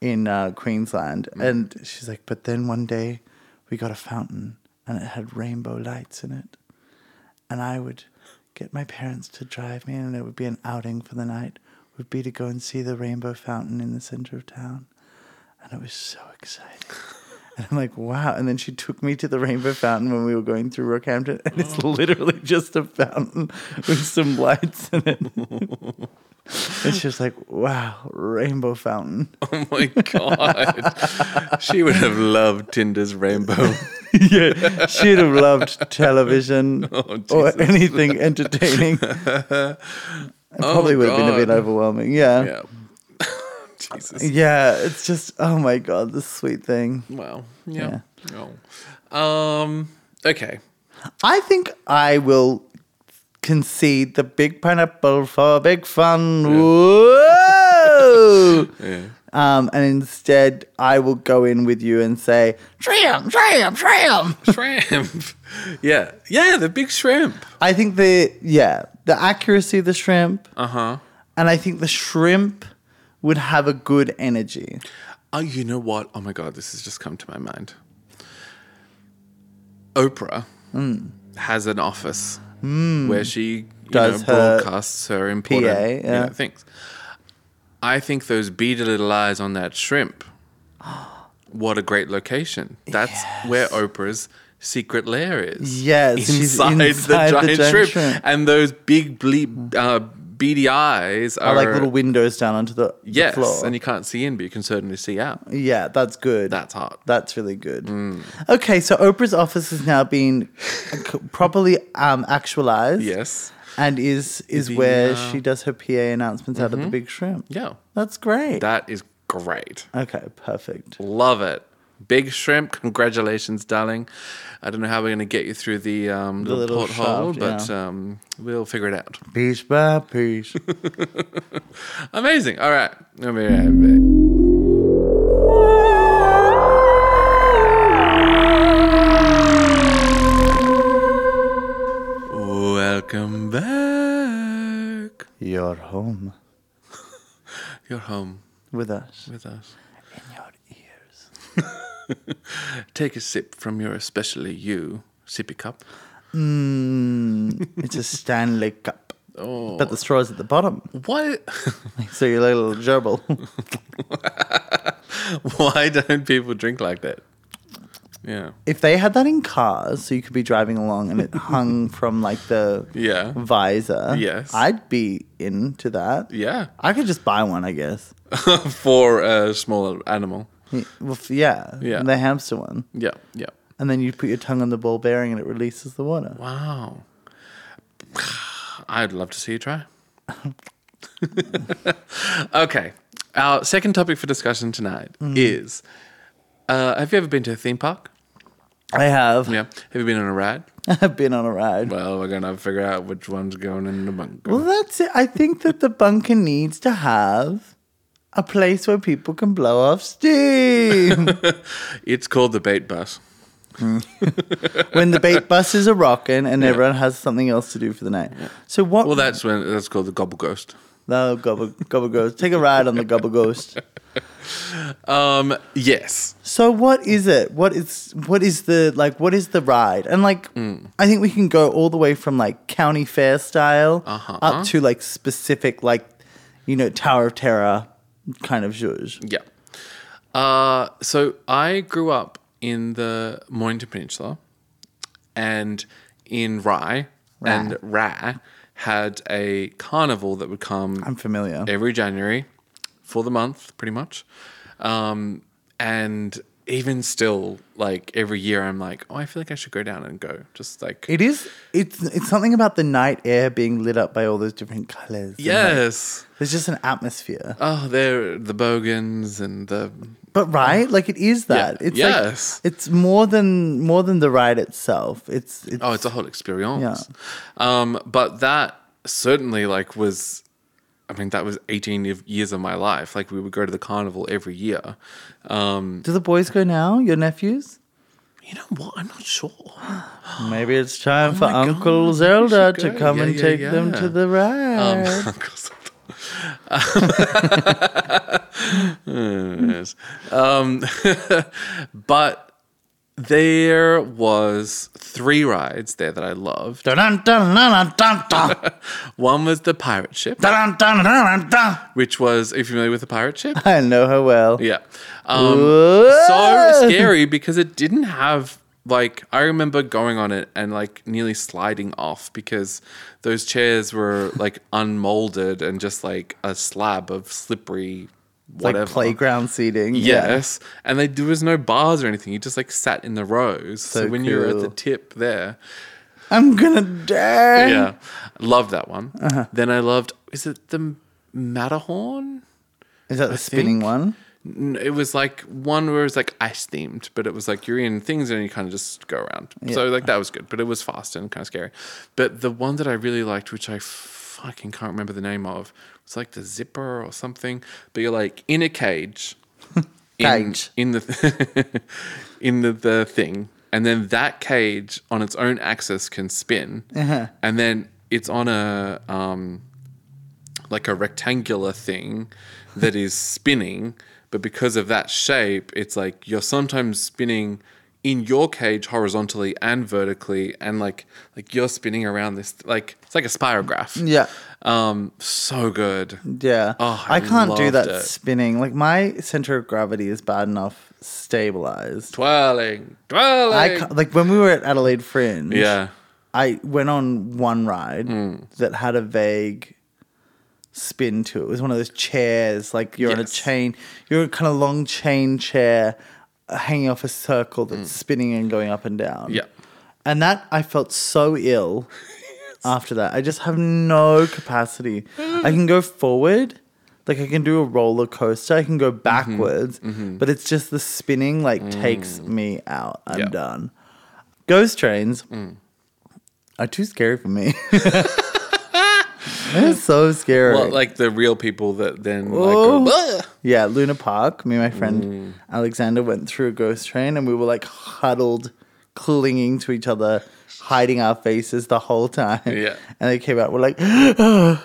Speaker 2: in uh, queensland and she's like but then one day we got a fountain and it had rainbow lights in it and I would get my parents to drive me, and it would be an outing for the night. Would be to go and see the rainbow fountain in the center of town, and I was so excited. *laughs* And I'm like, wow. And then she took me to the rainbow fountain when we were going through Rockhampton, and it's
Speaker 1: Oh.
Speaker 2: literally just a fountain with some lights in
Speaker 1: *laughs*
Speaker 2: it. and she was like, wow,
Speaker 1: *laughs*
Speaker 2: rainbow fountain.
Speaker 1: Oh my god. she would have loved Tinder's rainbow. *laughs*
Speaker 2: yeah, *laughs* she'd have
Speaker 1: *laughs*
Speaker 2: loved television or
Speaker 1: Oh, Jesus. *laughs*
Speaker 2: anything entertaining. It probably would have been a bit
Speaker 1: Oh, God.
Speaker 2: overwhelming. Yeah.
Speaker 1: yeah. Jesus.
Speaker 2: Yeah, it's just oh my god, this sweet thing.
Speaker 1: Wow. Yeah. Oh. Um. Okay.
Speaker 2: I think I will concede the big pineapple for big fun.
Speaker 1: *laughs*
Speaker 2: Whoa!
Speaker 1: Yeah.
Speaker 2: um, and instead, I will go in with you and say, Shrimp, shrimp, shrimp.
Speaker 1: Shrimp. *laughs* yeah. Yeah. The big shrimp.
Speaker 2: I think the, yeah, the accuracy of the shrimp.
Speaker 1: Uh huh.
Speaker 2: And I think the shrimp would have a good energy.
Speaker 1: Oh, you know what? Oh my God, this has just come to my mind. Oprah
Speaker 2: Hmm.
Speaker 1: has an office where she you
Speaker 2: Does
Speaker 1: know,
Speaker 2: her
Speaker 1: broadcasts her important
Speaker 2: PA,
Speaker 1: you know,
Speaker 2: yeah.
Speaker 1: things. I think those beady little eyes on that
Speaker 2: *gasps*
Speaker 1: shrimp. What a great location. That's where Oprah's secret lair is. *laughs*
Speaker 2: Yes, she's
Speaker 1: Inside,
Speaker 2: inside
Speaker 1: the giant, shrimp.
Speaker 2: shrimp.
Speaker 1: And those big bleep, uh, beady eyes are,
Speaker 2: Or like little windows down onto the, the
Speaker 1: Yes,
Speaker 2: floor.
Speaker 1: and you can't see in, but you can certainly see out.
Speaker 2: yeah, that's good.
Speaker 1: That's hot.
Speaker 2: That's really good.
Speaker 1: Mm.
Speaker 2: Okay, so Oprah's office has now been c- properly um, actualized.
Speaker 1: Yes.
Speaker 2: and is is
Speaker 1: The,
Speaker 2: where
Speaker 1: uh, Mm-hmm.
Speaker 2: she does her PA announcements out of the big shrimp.
Speaker 1: Yeah.
Speaker 2: that's great.
Speaker 1: That is great.
Speaker 2: okay, perfect.
Speaker 1: Love it. Big shrimp, congratulations, darling. I don't know how we're going to get you through the, um, the
Speaker 2: little
Speaker 1: porthole,
Speaker 2: shaft,
Speaker 1: but um, we'll figure it out.
Speaker 2: Piece
Speaker 1: *laughs*
Speaker 2: by piece.
Speaker 1: Amazing. All right. Let me- let me- Welcome back.
Speaker 2: You're home
Speaker 1: You're home
Speaker 2: with us.
Speaker 1: with us.
Speaker 2: In your ears.
Speaker 1: Take a sip from your especially you sippy cup.
Speaker 2: Mm,
Speaker 1: *laughs*
Speaker 2: it's a Stanley cup,
Speaker 1: Oh,
Speaker 2: but the straw's at
Speaker 1: *laughs*
Speaker 2: the bottom,
Speaker 1: why?
Speaker 2: so you're like a little
Speaker 1: *laughs*
Speaker 2: gerbil.
Speaker 1: Why don't people drink like that? Yeah,
Speaker 2: if they had that in cars, so you could be driving along and it hung from like the
Speaker 1: yeah,
Speaker 2: visor.
Speaker 1: Yes.
Speaker 2: I'd be into that.
Speaker 1: yeah. *laughs*
Speaker 2: I could just buy one, I guess.
Speaker 1: For a small animal.
Speaker 2: Y- Well, f- yeah,
Speaker 1: Yeah.
Speaker 2: the hamster one,
Speaker 1: Yeah, yeah.
Speaker 2: and then you put your tongue on the ball bearing, and it releases the water.
Speaker 1: Wow. *sighs* I'd love to see you try. *laughs* okay. Our second topic for discussion tonight is uh, Have you ever been to a theme park?
Speaker 2: I have
Speaker 1: Yeah. Have you been on a ride?
Speaker 2: *laughs* been on a ride.
Speaker 1: Well, we're going to figure out which one's going in the bunker.
Speaker 2: Well, that's it. I think that the bunker needs to have a place where people can blow off
Speaker 1: *laughs*
Speaker 2: steam.
Speaker 1: It's called the bait bus.
Speaker 2: when the bait buses are rocking and everyone has something else to do for the night. So what?
Speaker 1: Well, that's when that's called the gobble ghost.
Speaker 2: no, gobble, gobble ghost. Take a ride on the gobble ghost.
Speaker 1: Um, yes.
Speaker 2: So what is it? What is what is the like? What is the ride? And like,
Speaker 1: Mm.
Speaker 2: I think we can go all the way from like county fair style
Speaker 1: Uh-huh.
Speaker 2: up to like specific like, you know, Tower of Terror kind of zhuzh.
Speaker 1: Yeah. Uh, so I grew up in the Mornington Peninsula and in Rye, and Rye had a carnival that would come
Speaker 2: I'm familiar.
Speaker 1: every January for the month, pretty much. Um, and even still, like every year, I'm like, oh, I feel like I should go down and go. Just like,
Speaker 2: It is. It's it's something about the night air being lit up by all those different colors.
Speaker 1: yes.
Speaker 2: there's just an atmosphere.
Speaker 1: Oh, they're the Bogans and the.
Speaker 2: But right, like it is that.
Speaker 1: Yeah.
Speaker 2: It's
Speaker 1: Yes.
Speaker 2: like it's more than more than the ride itself. It's, it's
Speaker 1: Oh, it's a whole experience. Um, but that certainly like was, I mean, that was 18 of- years of my life. Like we would go to the carnival every year. Um,
Speaker 2: do the boys go now? Your nephews?
Speaker 1: you know what? I'm not sure.
Speaker 2: Maybe it's time for
Speaker 1: Oh my
Speaker 2: Uncle
Speaker 1: God,
Speaker 2: Zelda
Speaker 1: we
Speaker 2: to
Speaker 1: should go.
Speaker 2: come
Speaker 1: Yeah,
Speaker 2: and
Speaker 1: yeah,
Speaker 2: take them
Speaker 1: yeah.
Speaker 2: to the
Speaker 1: Um,
Speaker 2: ride. *laughs*
Speaker 1: *laughs* Um, *laughs* yes. Um, *laughs* but there was three rides there that I loved.
Speaker 2: Dun-dun-dun-dun-dun-dun.
Speaker 1: One was the pirate ship,
Speaker 2: Dun-dun-dun-dun-dun.
Speaker 1: which was, are you familiar with the pirate ship?
Speaker 2: I know her well.
Speaker 1: Yeah. Um,
Speaker 2: Whoa.
Speaker 1: so scary because it didn't have like I remember going on it and like nearly sliding off because those chairs were like *laughs* unmolded and just like a slab of slippery
Speaker 2: Like
Speaker 1: whatever.
Speaker 2: playground seating.
Speaker 1: Yes, and they, there was no bars or anything. You just like sat in the rows. So,
Speaker 2: So
Speaker 1: when you were at the
Speaker 2: cool.
Speaker 1: tip there,
Speaker 2: I'm gonna die.
Speaker 1: yeah,
Speaker 2: Uh-huh.
Speaker 1: love that one. Then I loved. Is it the Matterhorn?
Speaker 2: Is that the spinning
Speaker 1: think.
Speaker 2: one?
Speaker 1: N- It was like one where it was like ice themed, but it was like you're in things and you kind of just go around. So like that was good, but it was fast and kind of scary. But the one that I really liked, which I fucking can't remember the name of, it's like the zipper or something. But you're like in a cage, in,
Speaker 2: Cage.
Speaker 1: in the *laughs* in the, the thing, and then that cage on its own axis can spin, and then it's on a um, like a rectangular thing that is spinning, but because of that shape, it's like you're sometimes spinning in your cage horizontally and vertically, and like like you're spinning around this like it's like a spirograph.
Speaker 2: Yeah.
Speaker 1: Um, so good.
Speaker 2: Yeah.
Speaker 1: Oh,
Speaker 2: I,
Speaker 1: I
Speaker 2: can't do
Speaker 1: loved
Speaker 2: that
Speaker 1: it.
Speaker 2: spinning. Like my center of gravity is bad enough stabilized.
Speaker 1: Twirling, twirling.
Speaker 2: I can't, like when we were at Adelaide Fringe.
Speaker 1: yeah.
Speaker 2: I went on one ride
Speaker 1: Hmm.
Speaker 2: that had a vague spin to it. It was one of those chairs, like you're on a
Speaker 1: Yes.
Speaker 2: chain, you're in a kind of long chain chair uh, hanging off a circle that's spinning and going up and down.
Speaker 1: Hmm. Yeah.
Speaker 2: And that I felt
Speaker 1: *laughs*
Speaker 2: so ill after that. I just have no capacity. I can go forward, like I can do a roller coaster, I can go
Speaker 1: Mm-hmm.
Speaker 2: backwards, but it's just the spinning like takes me out. I'm
Speaker 1: Mm. Yeah. Mm.
Speaker 2: done. Ghost trains are too scary
Speaker 1: *laughs*
Speaker 2: for me. *laughs* It's so scary.
Speaker 1: Well, like the real people that then like Mm.
Speaker 2: Oh.
Speaker 1: go, "Bleh."
Speaker 2: yeah, Luna Park. Me and my friend Alexander went through a ghost train, and we were like huddled, clinging to each other, hiding our faces the whole time.
Speaker 1: Yeah.
Speaker 2: and they came out. We're like, *gasps*
Speaker 1: I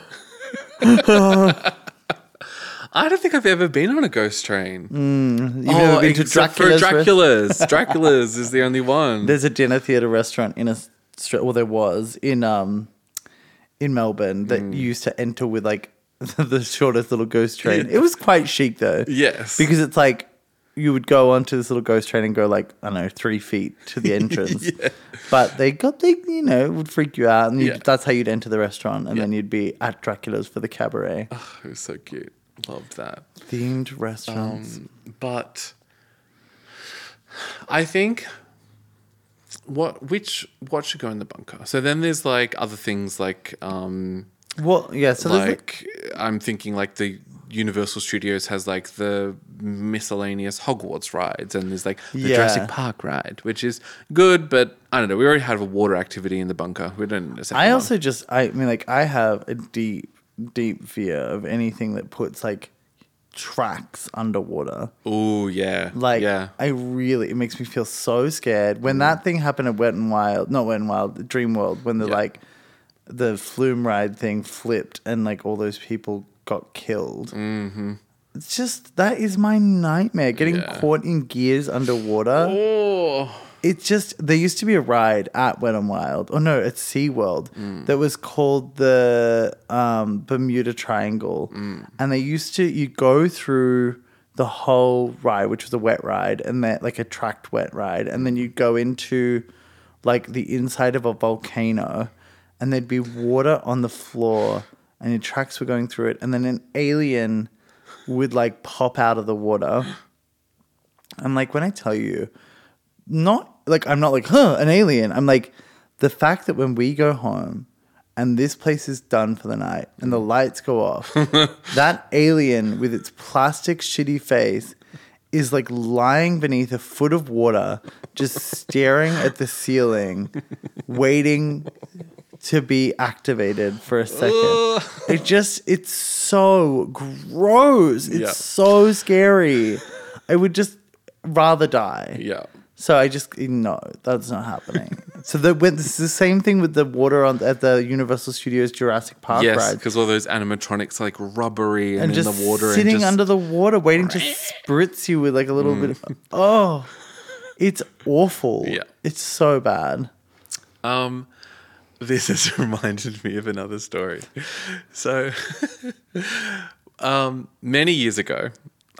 Speaker 1: don't think I've ever been on a ghost train.
Speaker 2: Mm. You've never been to
Speaker 1: except
Speaker 2: Dracula's
Speaker 1: Oh, for
Speaker 2: rest-
Speaker 1: Dracula's. Dracula's is the only one.
Speaker 2: There's a dinner theater restaurant in a stra- well, there was in um in Melbourne that
Speaker 1: Mm.
Speaker 2: you used to enter with like *laughs* the shortest little ghost train. It was quite chic though.
Speaker 1: Yes.
Speaker 2: because it's like you would go onto this little ghost train and go like I don't know three feet to the entrance. But they got they you know would freak you out, and you'd,
Speaker 1: Yeah.
Speaker 2: that's how you'd enter the restaurant, and then you'd be at Dracula's for the cabaret
Speaker 1: it was so cute. Loved that.
Speaker 2: themed restaurants.
Speaker 1: But I think what which what should go in the bunker. So then there's like other things like um
Speaker 2: well, yeah. So there's like
Speaker 1: like I'm thinking like the Universal Studios has like the miscellaneous Hogwarts rides and there's like the
Speaker 2: Yeah.
Speaker 1: Jurassic Park ride, which is good, but I don't know. We already have a water activity in the bunker. We don't. need a second
Speaker 2: I
Speaker 1: one.
Speaker 2: also just I mean like I have a deep deep fear of anything that puts like tracks underwater.
Speaker 1: Oh yeah,
Speaker 2: Like
Speaker 1: yeah, Mm.
Speaker 2: I really it makes me feel so scared. When that thing happened at Wet and Wild, not Wet and Wild, Dream World, when the
Speaker 1: Yeah.
Speaker 2: like the flume ride thing flipped and like all those people got killed. Mm-hmm. It's just that is my nightmare. Getting
Speaker 1: Yeah.
Speaker 2: caught in gears underwater.
Speaker 1: oh
Speaker 2: It's just there used to be a ride at Wet and Wild, or no, at SeaWorld that was called the um, Bermuda Triangle, and they used to you go through the whole ride, which was a wet ride, and that like a tracked wet ride, and then you go into like the inside of a volcano, and there'd be water on the floor, and your tracks were going through it, and then an alien would like pop out of the water. And like when I tell you, not like I'm not like, huh, an alien. I'm like, the fact that when we go home and this place is done for the night and the lights go off, that alien with its plastic shitty face is like lying beneath a foot of water, just staring at the ceiling, waiting to be activated for a second. it just it's so gross. It's
Speaker 1: Yeah.
Speaker 2: so scary. I would just rather die.
Speaker 1: yeah.
Speaker 2: So I just no, that's not happening. so the when, it's the same thing with the water on at the Universal Studios Jurassic Park
Speaker 1: Yes,
Speaker 2: ride,
Speaker 1: because all those animatronics are like rubbery and,
Speaker 2: and
Speaker 1: in
Speaker 2: just
Speaker 1: the water
Speaker 2: sitting
Speaker 1: and just,
Speaker 2: under the water waiting to spritz you with like a little bit. Of, *laughs* oh, it's awful.
Speaker 1: Mm. Yeah.
Speaker 2: it's so bad.
Speaker 1: Um, *laughs* this has reminded me of another story. So, um, many years ago,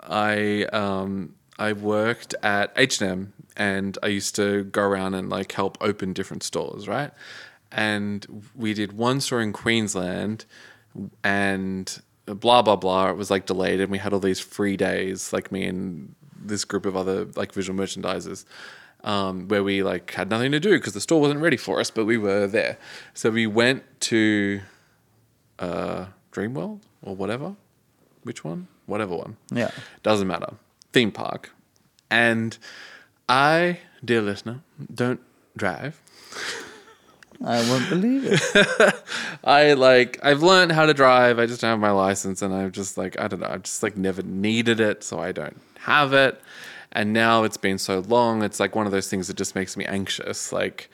Speaker 1: I um, I worked at H and M, and I used to go around and like help open different stores, right? And we did one store in Queensland, and blah blah blah. It was like delayed, and we had all these free days, like me and this group of other like visual merchandisers um, where we like had nothing to do because the store wasn't ready for us, but we were there. So we went to uh, Dreamworld or whatever. Which one? whatever one.
Speaker 2: Yeah.
Speaker 1: Doesn't matter. Theme park. And I, dear listener, don't drive.
Speaker 2: I
Speaker 1: *laughs*
Speaker 2: won't believe it.
Speaker 1: I like I've learned how to drive. I just don't have my license, and I've just like I don't know. I've just like never needed it, so I don't have it. And now it's been so long. It's like one of those things that just makes me anxious. Like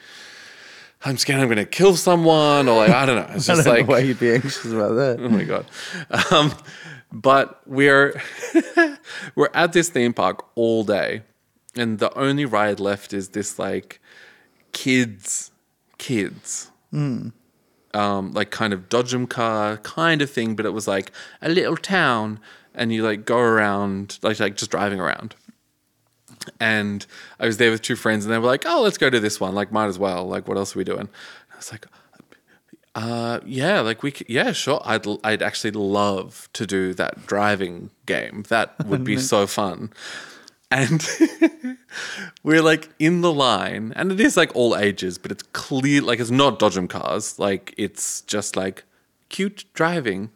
Speaker 1: I'm scared I'm gonna kill someone, or like I don't know. It's
Speaker 2: *laughs* I
Speaker 1: just
Speaker 2: don't
Speaker 1: like
Speaker 2: know why you'd be anxious about
Speaker 1: oh
Speaker 2: that.
Speaker 1: my god. Um, but we're *laughs* we're at this theme park all day, and the only ride left is this like kids, kids, um, like kind of dodgem car kind of thing. But it was like a little town, and you like go around, like like just driving around. And I was there with two friends, and they were like, "Oh, let's go to this one. Like, might as well. Like, what else are we doing?" And I was like, uh, yeah, like we, c- yeah, sure. I'd, l- I'd actually love to do that driving game. That would be so fun. And *laughs* we're like in the line, and it is like all ages, but it's clear, like it's not Dodgem cars. Like it's just like cute driving.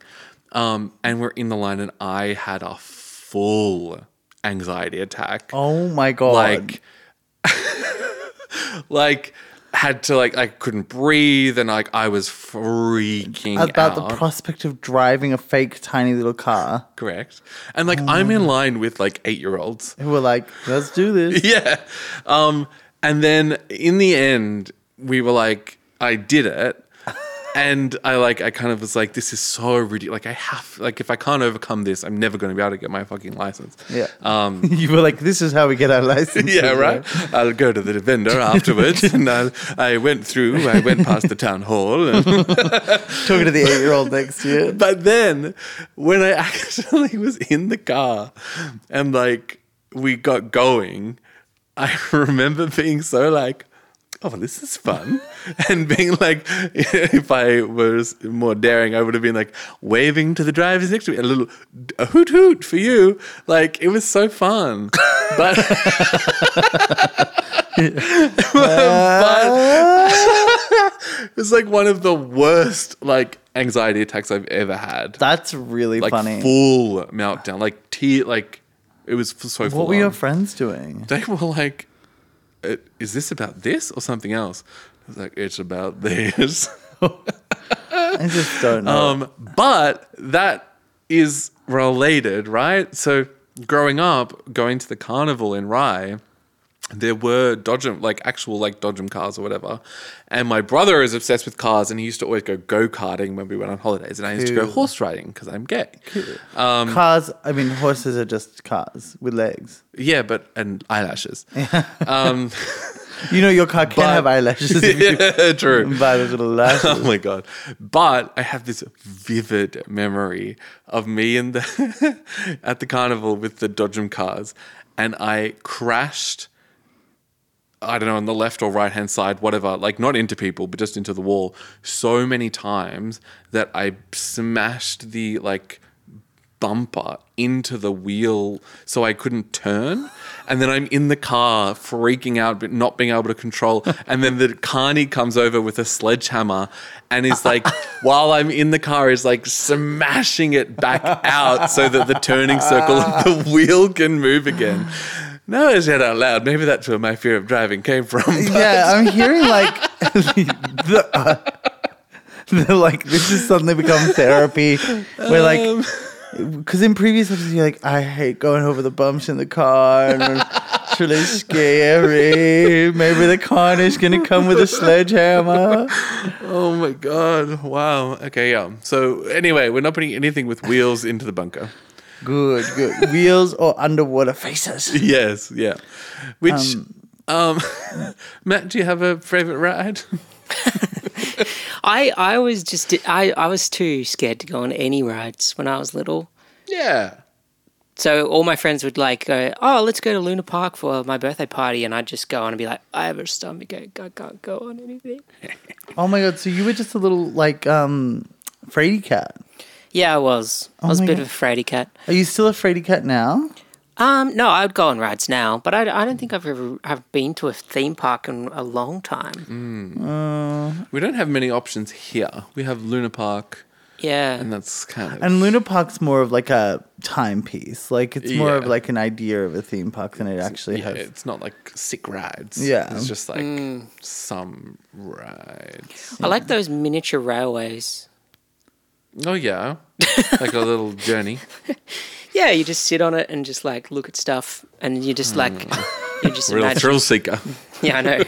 Speaker 1: Um, and we're in the line, and I had a full anxiety attack
Speaker 2: Oh my god!
Speaker 1: like *laughs* like had to like I couldn't breathe and like I was freaking
Speaker 2: about
Speaker 1: out.
Speaker 2: the prospect of driving a fake tiny little car.
Speaker 1: correct. And like I'm
Speaker 2: Mm.
Speaker 1: in line with like 8-year-olds.
Speaker 2: Who were like, "Let's do this."
Speaker 1: *laughs* yeah. Um and then in the end we were like I did it. And I like I kind of was like this is so ridiculous. Like I have like if I can't overcome this, I'm never going to be able to get my fucking license.
Speaker 2: Yeah. Um, *laughs* you were like, "This is how we get our license."
Speaker 1: *laughs* Yeah, right. I'll go to the *laughs* vendor afterwards, and I'll, I went through. I went past the town hall, *laughs* and,
Speaker 2: Talking to the eight-year-old next year.
Speaker 1: but then when I *laughs* actually was in the car, and like we got going, I remember being so like. Oh, well, this is fun. *laughs* And being like, *laughs* if I was more daring, I would have been like waving to the drivers next to me, a little a hoot hoot for you. Like, it was so *laughs* fun. But It was like one of the worst like anxiety attacks I've ever had.
Speaker 2: That's really
Speaker 1: like
Speaker 2: funny.
Speaker 1: full meltdown, like tea, like it was f- so.
Speaker 2: what
Speaker 1: full
Speaker 2: were your
Speaker 1: on. *laughs*
Speaker 2: friends doing?
Speaker 1: They were like, "Uh, "Is this about this or something else?" I was like, "It's about this." *laughs*
Speaker 2: I just don't know.
Speaker 1: um, but that is related, right? So growing up, going to the carnival in Rye. There were Dodgem, like actual like Dodgem cars or whatever. And my brother is obsessed with cars and he used to always go go karting when we went on holidays. And I used to go
Speaker 2: Cool.
Speaker 1: horse riding because I'm gay. Uh,
Speaker 2: cars. I mean, horses are just cars with legs.
Speaker 1: Yeah, but and eyelashes. *laughs*
Speaker 2: You know, your car can
Speaker 1: But-
Speaker 2: have eyelashes if you
Speaker 1: *laughs* yeah, true.
Speaker 2: buy those little lashes.
Speaker 1: *laughs* Oh my god! But I have this vivid memory of me in the *laughs* at the carnival with the Dodgem cars, and I crashed. I don't know on the left or right hand side, whatever. Like not into people, but just into the wall so many times that I smashed the like bumper into the wheel so I couldn't turn. And then I'm in the car freaking out, but not being able to control. And then the carny comes over with a sledgehammer and is like, while I'm in the car, is like smashing it back out so that the turning circle of the wheel can move again. Now I said out loud, maybe that's where my fear of driving came from. but-
Speaker 2: Yeah, I'm hearing like the, uh, *laughs* the, like this has suddenly become therapy. Where like because in previous episodes you're like I hate going over the bumps in the car and it's really scary. Maybe the car is gonna come with a sledgehammer.
Speaker 1: Oh my god! Wow. Okay. Yeah. So anyway, we're not putting anything with wheels into the bunker.
Speaker 2: Good, good. Wheels or underwater faces.
Speaker 1: Yes, yeah. Which, um, *laughs* Matt, do you have a favorite ride?
Speaker 3: I, I was just I, I was too scared to go on any rides when I was little.
Speaker 1: yeah.
Speaker 3: So all my friends would like go, oh, let's go to Luna Park for my birthday party, and I'd just go on and be like, I have a stomachache, I can't go on anything.
Speaker 2: Oh my god! So you were just a little like um, fraidy cat.
Speaker 3: Yeah, I was. I was a
Speaker 2: my
Speaker 3: bit
Speaker 2: God.
Speaker 3: of a fraidy cat.
Speaker 2: Are you still a fraidy cat now?
Speaker 3: Um, no, I would go on rides now, but I, I don't think I've ever have been to a theme park in a long time.
Speaker 1: We don't have many options here. We have Luna Park.
Speaker 3: Yeah.
Speaker 1: and that's kind of
Speaker 2: And Luna Park's more of like a timepiece. Like it's more of
Speaker 1: Yeah.
Speaker 2: like an idea of a theme park than it actually
Speaker 1: yeah,
Speaker 2: has.
Speaker 1: it's not like sick rides.
Speaker 2: Yeah.
Speaker 1: it's just like
Speaker 3: Mm.
Speaker 1: some rides.
Speaker 3: I like those miniature railways.
Speaker 1: Oh yeah, like a little journey.
Speaker 3: Yeah, you just sit on it and just like look at stuff, and you just like *laughs* you just
Speaker 1: Real
Speaker 3: imagine.
Speaker 1: thrill seeker.
Speaker 3: Yeah, I know.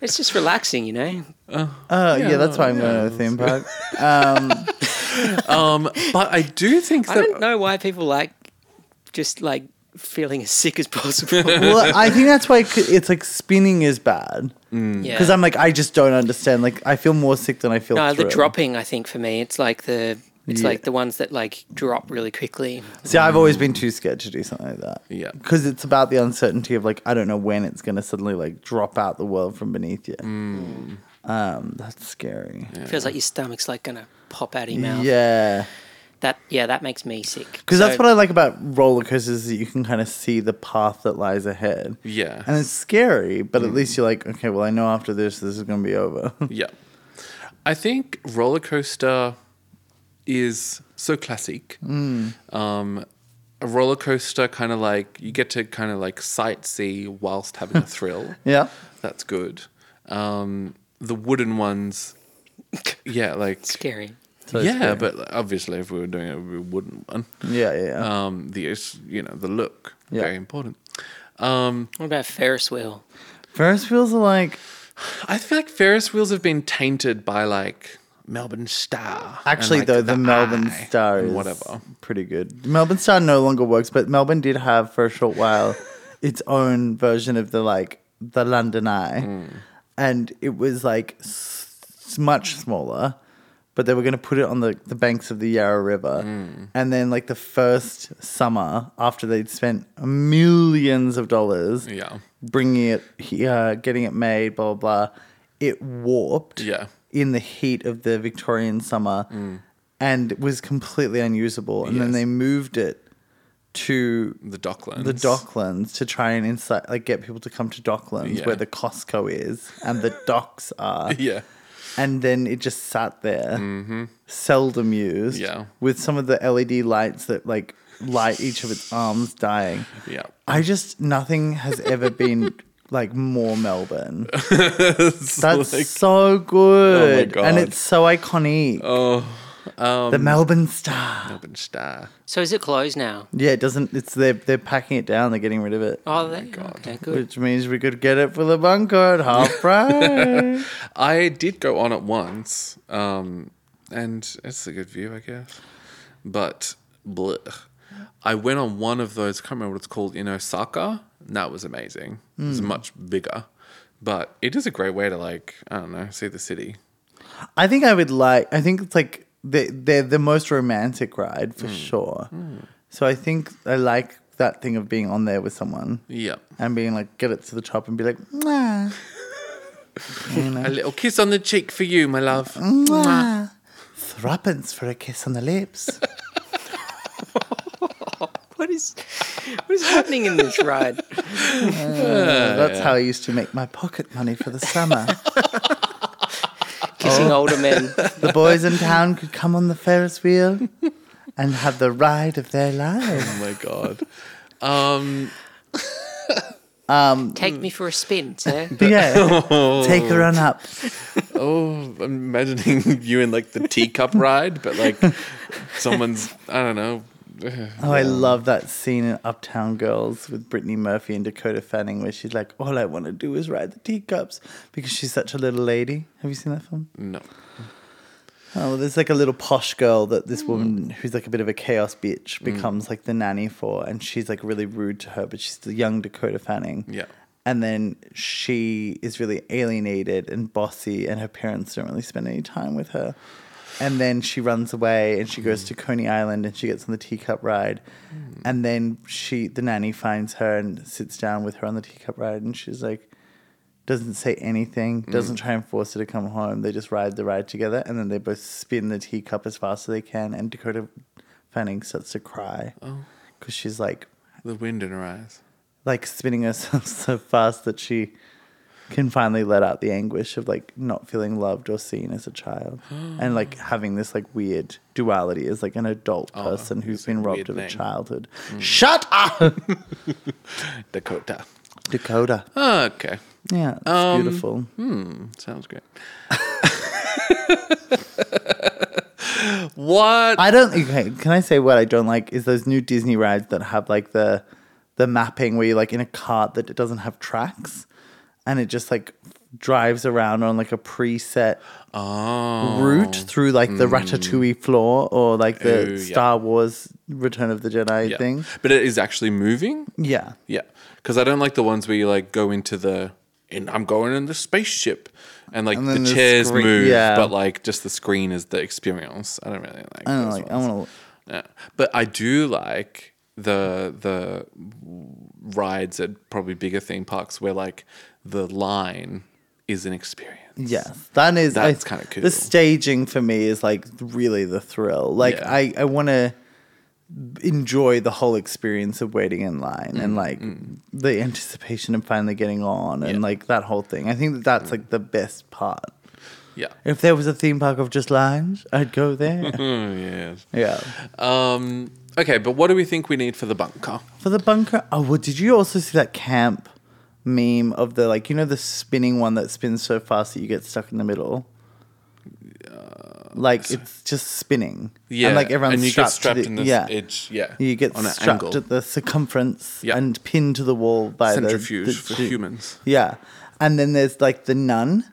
Speaker 3: it's just relaxing, you know.
Speaker 2: Oh yeah, that's why I'm going to a theme park. Um,
Speaker 1: Um, but I do think
Speaker 3: I
Speaker 1: that
Speaker 3: don't know why people like just like feeling as sick as possible.
Speaker 2: well, I think that's why it c- it's like spinning is bad
Speaker 3: yeah.
Speaker 2: because I'm like I just don't understand. Like I feel more sick than I feel.
Speaker 3: no, the
Speaker 2: thrill.
Speaker 3: dropping. I think for me, it's like the it's
Speaker 2: Yeah.
Speaker 3: like the ones that like drop really quickly.
Speaker 2: See, I've always been too scared to do something like that.
Speaker 1: Yeah.
Speaker 2: because it's about the uncertainty of like I don't know when it's going to suddenly like drop out the world from beneath you.
Speaker 1: Mm.
Speaker 2: Um, that's scary.
Speaker 3: Feels like your stomach's like gonna pop out of your mouth.
Speaker 2: Yeah.
Speaker 3: That yeah, that makes me sick.
Speaker 2: Because that's
Speaker 3: So-
Speaker 2: what I like about roller coasters is that you can kind of see the path that lies ahead.
Speaker 1: Yeah.
Speaker 2: And it's scary, but at least you're like, okay, well, I know after this, this is going to be over. *laughs*
Speaker 1: Yeah. I think roller coaster is so classic.
Speaker 2: Hmm.
Speaker 1: Um, a roller coaster kind of like you get to kind of like sightsee whilst having a
Speaker 2: *laughs*
Speaker 1: thrill.
Speaker 2: yeah.
Speaker 1: That's good. Um, the wooden ones, yeah,
Speaker 2: *laughs*
Speaker 1: like
Speaker 3: scary.
Speaker 2: So it's
Speaker 1: yeah,
Speaker 2: scary.
Speaker 1: but obviously if we were doing it, it would be a wooden one.
Speaker 2: Yeah, yeah, yeah.
Speaker 1: Um, the you know the look
Speaker 2: Hmm. Yeah.
Speaker 1: very important. Um,
Speaker 3: What about Ferris wheel?
Speaker 2: Ferris wheels are like,
Speaker 1: I feel like Ferris wheels have been tainted by like Melbourne Star. and,
Speaker 2: actually,
Speaker 1: like,
Speaker 2: though, the, Melbourne
Speaker 1: Eye
Speaker 2: Star
Speaker 1: and
Speaker 2: is
Speaker 1: whatever.
Speaker 2: pretty good. Melbourne Star no longer works, but Melbourne did have for a
Speaker 1: *laughs*
Speaker 2: short while its own version of the like the London Eye,
Speaker 1: Mm.
Speaker 2: and it was like s- much smaller. But they were going to put it on the, the banks of the Yarra River.
Speaker 1: Mm.
Speaker 2: And then, like, the first summer after they'd spent millions of dollars
Speaker 1: Yeah.
Speaker 2: bringing it here, getting it made, blah, blah, blah, it warped
Speaker 1: Yeah.
Speaker 2: in the heat of the Victorian summer and was completely unusable. And then
Speaker 1: Mm. Yes.
Speaker 2: they moved it to
Speaker 1: The Docklands.
Speaker 2: the Docklands to try and incite, like get people to come to Docklands
Speaker 1: Yeah.
Speaker 2: where the Costco is and the docks
Speaker 1: *laughs*
Speaker 2: are.
Speaker 1: *laughs* Yeah.
Speaker 2: And then it just sat there, seldom used,
Speaker 1: Mm-hmm. Yeah.
Speaker 2: with some of the LED lights that like light each of its arms dying.
Speaker 1: Yeah.
Speaker 2: I just nothing has ever been like
Speaker 1: *laughs*
Speaker 2: more Melbourne. That's so good,
Speaker 1: Oh God.
Speaker 2: and it's so iconic.
Speaker 1: Oh,
Speaker 2: the Melbourne Star.
Speaker 1: Melbourne Star.
Speaker 3: So is it closed now?
Speaker 2: Yeah, it doesn't. It's they're they're packing it down. They're getting rid of it,
Speaker 3: Oh, they, okay, good.
Speaker 2: which means we could get it for the bunker
Speaker 1: *laughs*
Speaker 2: at half price.
Speaker 1: I did go on it once, um, and it's a good view, I guess. But blech. I went on one of those. Can't remember what it's called in Osaka. And that was amazing. It
Speaker 2: Hmm.
Speaker 1: was much bigger, but it is a great way to like I don't know see the city.
Speaker 2: I think I would like. I think it's like they they're the most romantic ride
Speaker 1: Hmm.
Speaker 2: for sure. So I think I like that thing of being on there with someone
Speaker 1: Yeah.
Speaker 2: and being like, get it to the top and be like, Mwah.
Speaker 1: *laughs* A little kiss on the cheek for you, my love.
Speaker 2: Mwah. Threepence for a kiss on the lips.
Speaker 3: What is *laughs* what is happening in this ride?
Speaker 2: That's how I used to make my pocket money for the summer.
Speaker 3: Kissing older men.
Speaker 2: the boys in town could come on the Ferris wheel and have the ride of their lives.
Speaker 1: Oh my god. Um,
Speaker 3: Take me for a spin, sir.
Speaker 2: But yeah, take her on up.
Speaker 1: Oh, I'm imagining *laughs* you in like the teacup ride, but like someone's, I don't know. *sighs*
Speaker 2: Oh, I love that scene in Uptown Girls with Brittany Murphy and Dakota Fanning where she's like, all I want to do is ride the teacups because she's such a little lady. Have you seen that film?
Speaker 1: No.
Speaker 2: Oh, well, there's like a little posh girl that this woman who's like a bit of a chaos bitch becomes like the nanny for, and she's like really rude to her, but she's the young Dakota Fanning.
Speaker 1: Yeah.
Speaker 2: And then she is really alienated and bossy, and her parents don't really spend any time with her. And then she runs away and she goes to Coney Island and she gets on the teacup ride. And then she, the nanny finds her and sits down with her on the teacup ride, and she's like, doesn't say anything,
Speaker 1: Mm.
Speaker 2: doesn't try and force her to come home. They just ride the ride together, and then they both spin the teacup as fast as they can. And Dakota Fanning starts to cry
Speaker 1: Oh.
Speaker 2: because she's like,
Speaker 1: The wind in her eyes.
Speaker 2: *laughs* like spinning herself so fast that she can finally let out the anguish of like not feeling loved or seen as a
Speaker 1: *gasps*
Speaker 2: child and like having this like weird duality as like an adult person who's
Speaker 1: Oh, it's a
Speaker 2: been
Speaker 1: weird
Speaker 2: robbed of a
Speaker 1: thing. Mm.
Speaker 2: childhood. Shut up,
Speaker 1: Dakota.
Speaker 2: Dakota.
Speaker 1: Okay.
Speaker 2: Yeah, it's
Speaker 1: Um,
Speaker 2: beautiful.
Speaker 1: Sounds great. *laughs* what?
Speaker 2: I don't. Okay, can I say what I don't like is those new Disney rides that have like the the mapping where you're like in a cart that doesn't have tracks, and it just like drives around on like a preset
Speaker 1: oh. Hmm.
Speaker 2: route through like the Ratatouille floor or like the
Speaker 1: Ooh, yeah.
Speaker 2: Star Wars Return of the Jedi
Speaker 1: Yeah.
Speaker 2: thing.
Speaker 1: But it is actually moving?
Speaker 2: Yeah.
Speaker 1: Yeah. Because I don't like the ones where you like go into the. In, I'm going in the spaceship, and like
Speaker 2: And
Speaker 1: the,
Speaker 2: then the
Speaker 1: chairs
Speaker 2: screen-
Speaker 1: move,
Speaker 2: yeah.
Speaker 1: but like just the screen is the experience. I don't really like.
Speaker 2: I don't
Speaker 1: those
Speaker 2: like. I
Speaker 1: ones.
Speaker 2: want to.
Speaker 1: Yeah. Uh, But I do like the the rides at probably bigger theme parks where like the line is an experience.
Speaker 2: Yes, that is.
Speaker 1: That's
Speaker 2: I-
Speaker 1: kinda cool.
Speaker 2: The staging for me is like really the thrill. Like
Speaker 1: Yeah.
Speaker 2: I, I want to enjoy the whole experience of waiting in line
Speaker 1: Mm,
Speaker 2: and like the anticipation of finally getting on and
Speaker 1: Yeah. Mm.
Speaker 2: like that whole thing. I think that that's like the best part.
Speaker 1: Yeah.
Speaker 2: If there was a theme park of just lines, I'd
Speaker 1: *laughs*
Speaker 2: go there.
Speaker 1: Oh yes.
Speaker 2: yeah.
Speaker 1: Um okay, but what do we think we need for the bunker?
Speaker 2: For the bunker. Oh well, did you also see that camp meme of the like you know the spinning one that spins so fast that you get stuck in the middle? Like it's just spinning.
Speaker 1: Uh, Yeah.
Speaker 2: and like everyone's
Speaker 1: and you
Speaker 2: strapped,
Speaker 1: get strapped
Speaker 2: to the,
Speaker 1: in this
Speaker 2: yeah.
Speaker 1: edge. Yeah.
Speaker 2: You get
Speaker 1: on an
Speaker 2: strapped
Speaker 1: angle.
Speaker 2: at the circumference
Speaker 1: Yeah.
Speaker 2: and pinned to the wall by
Speaker 1: centrifuge
Speaker 2: the, the
Speaker 1: for
Speaker 2: ju-
Speaker 1: humans. *laughs*
Speaker 2: Yeah, and then there's like the nun,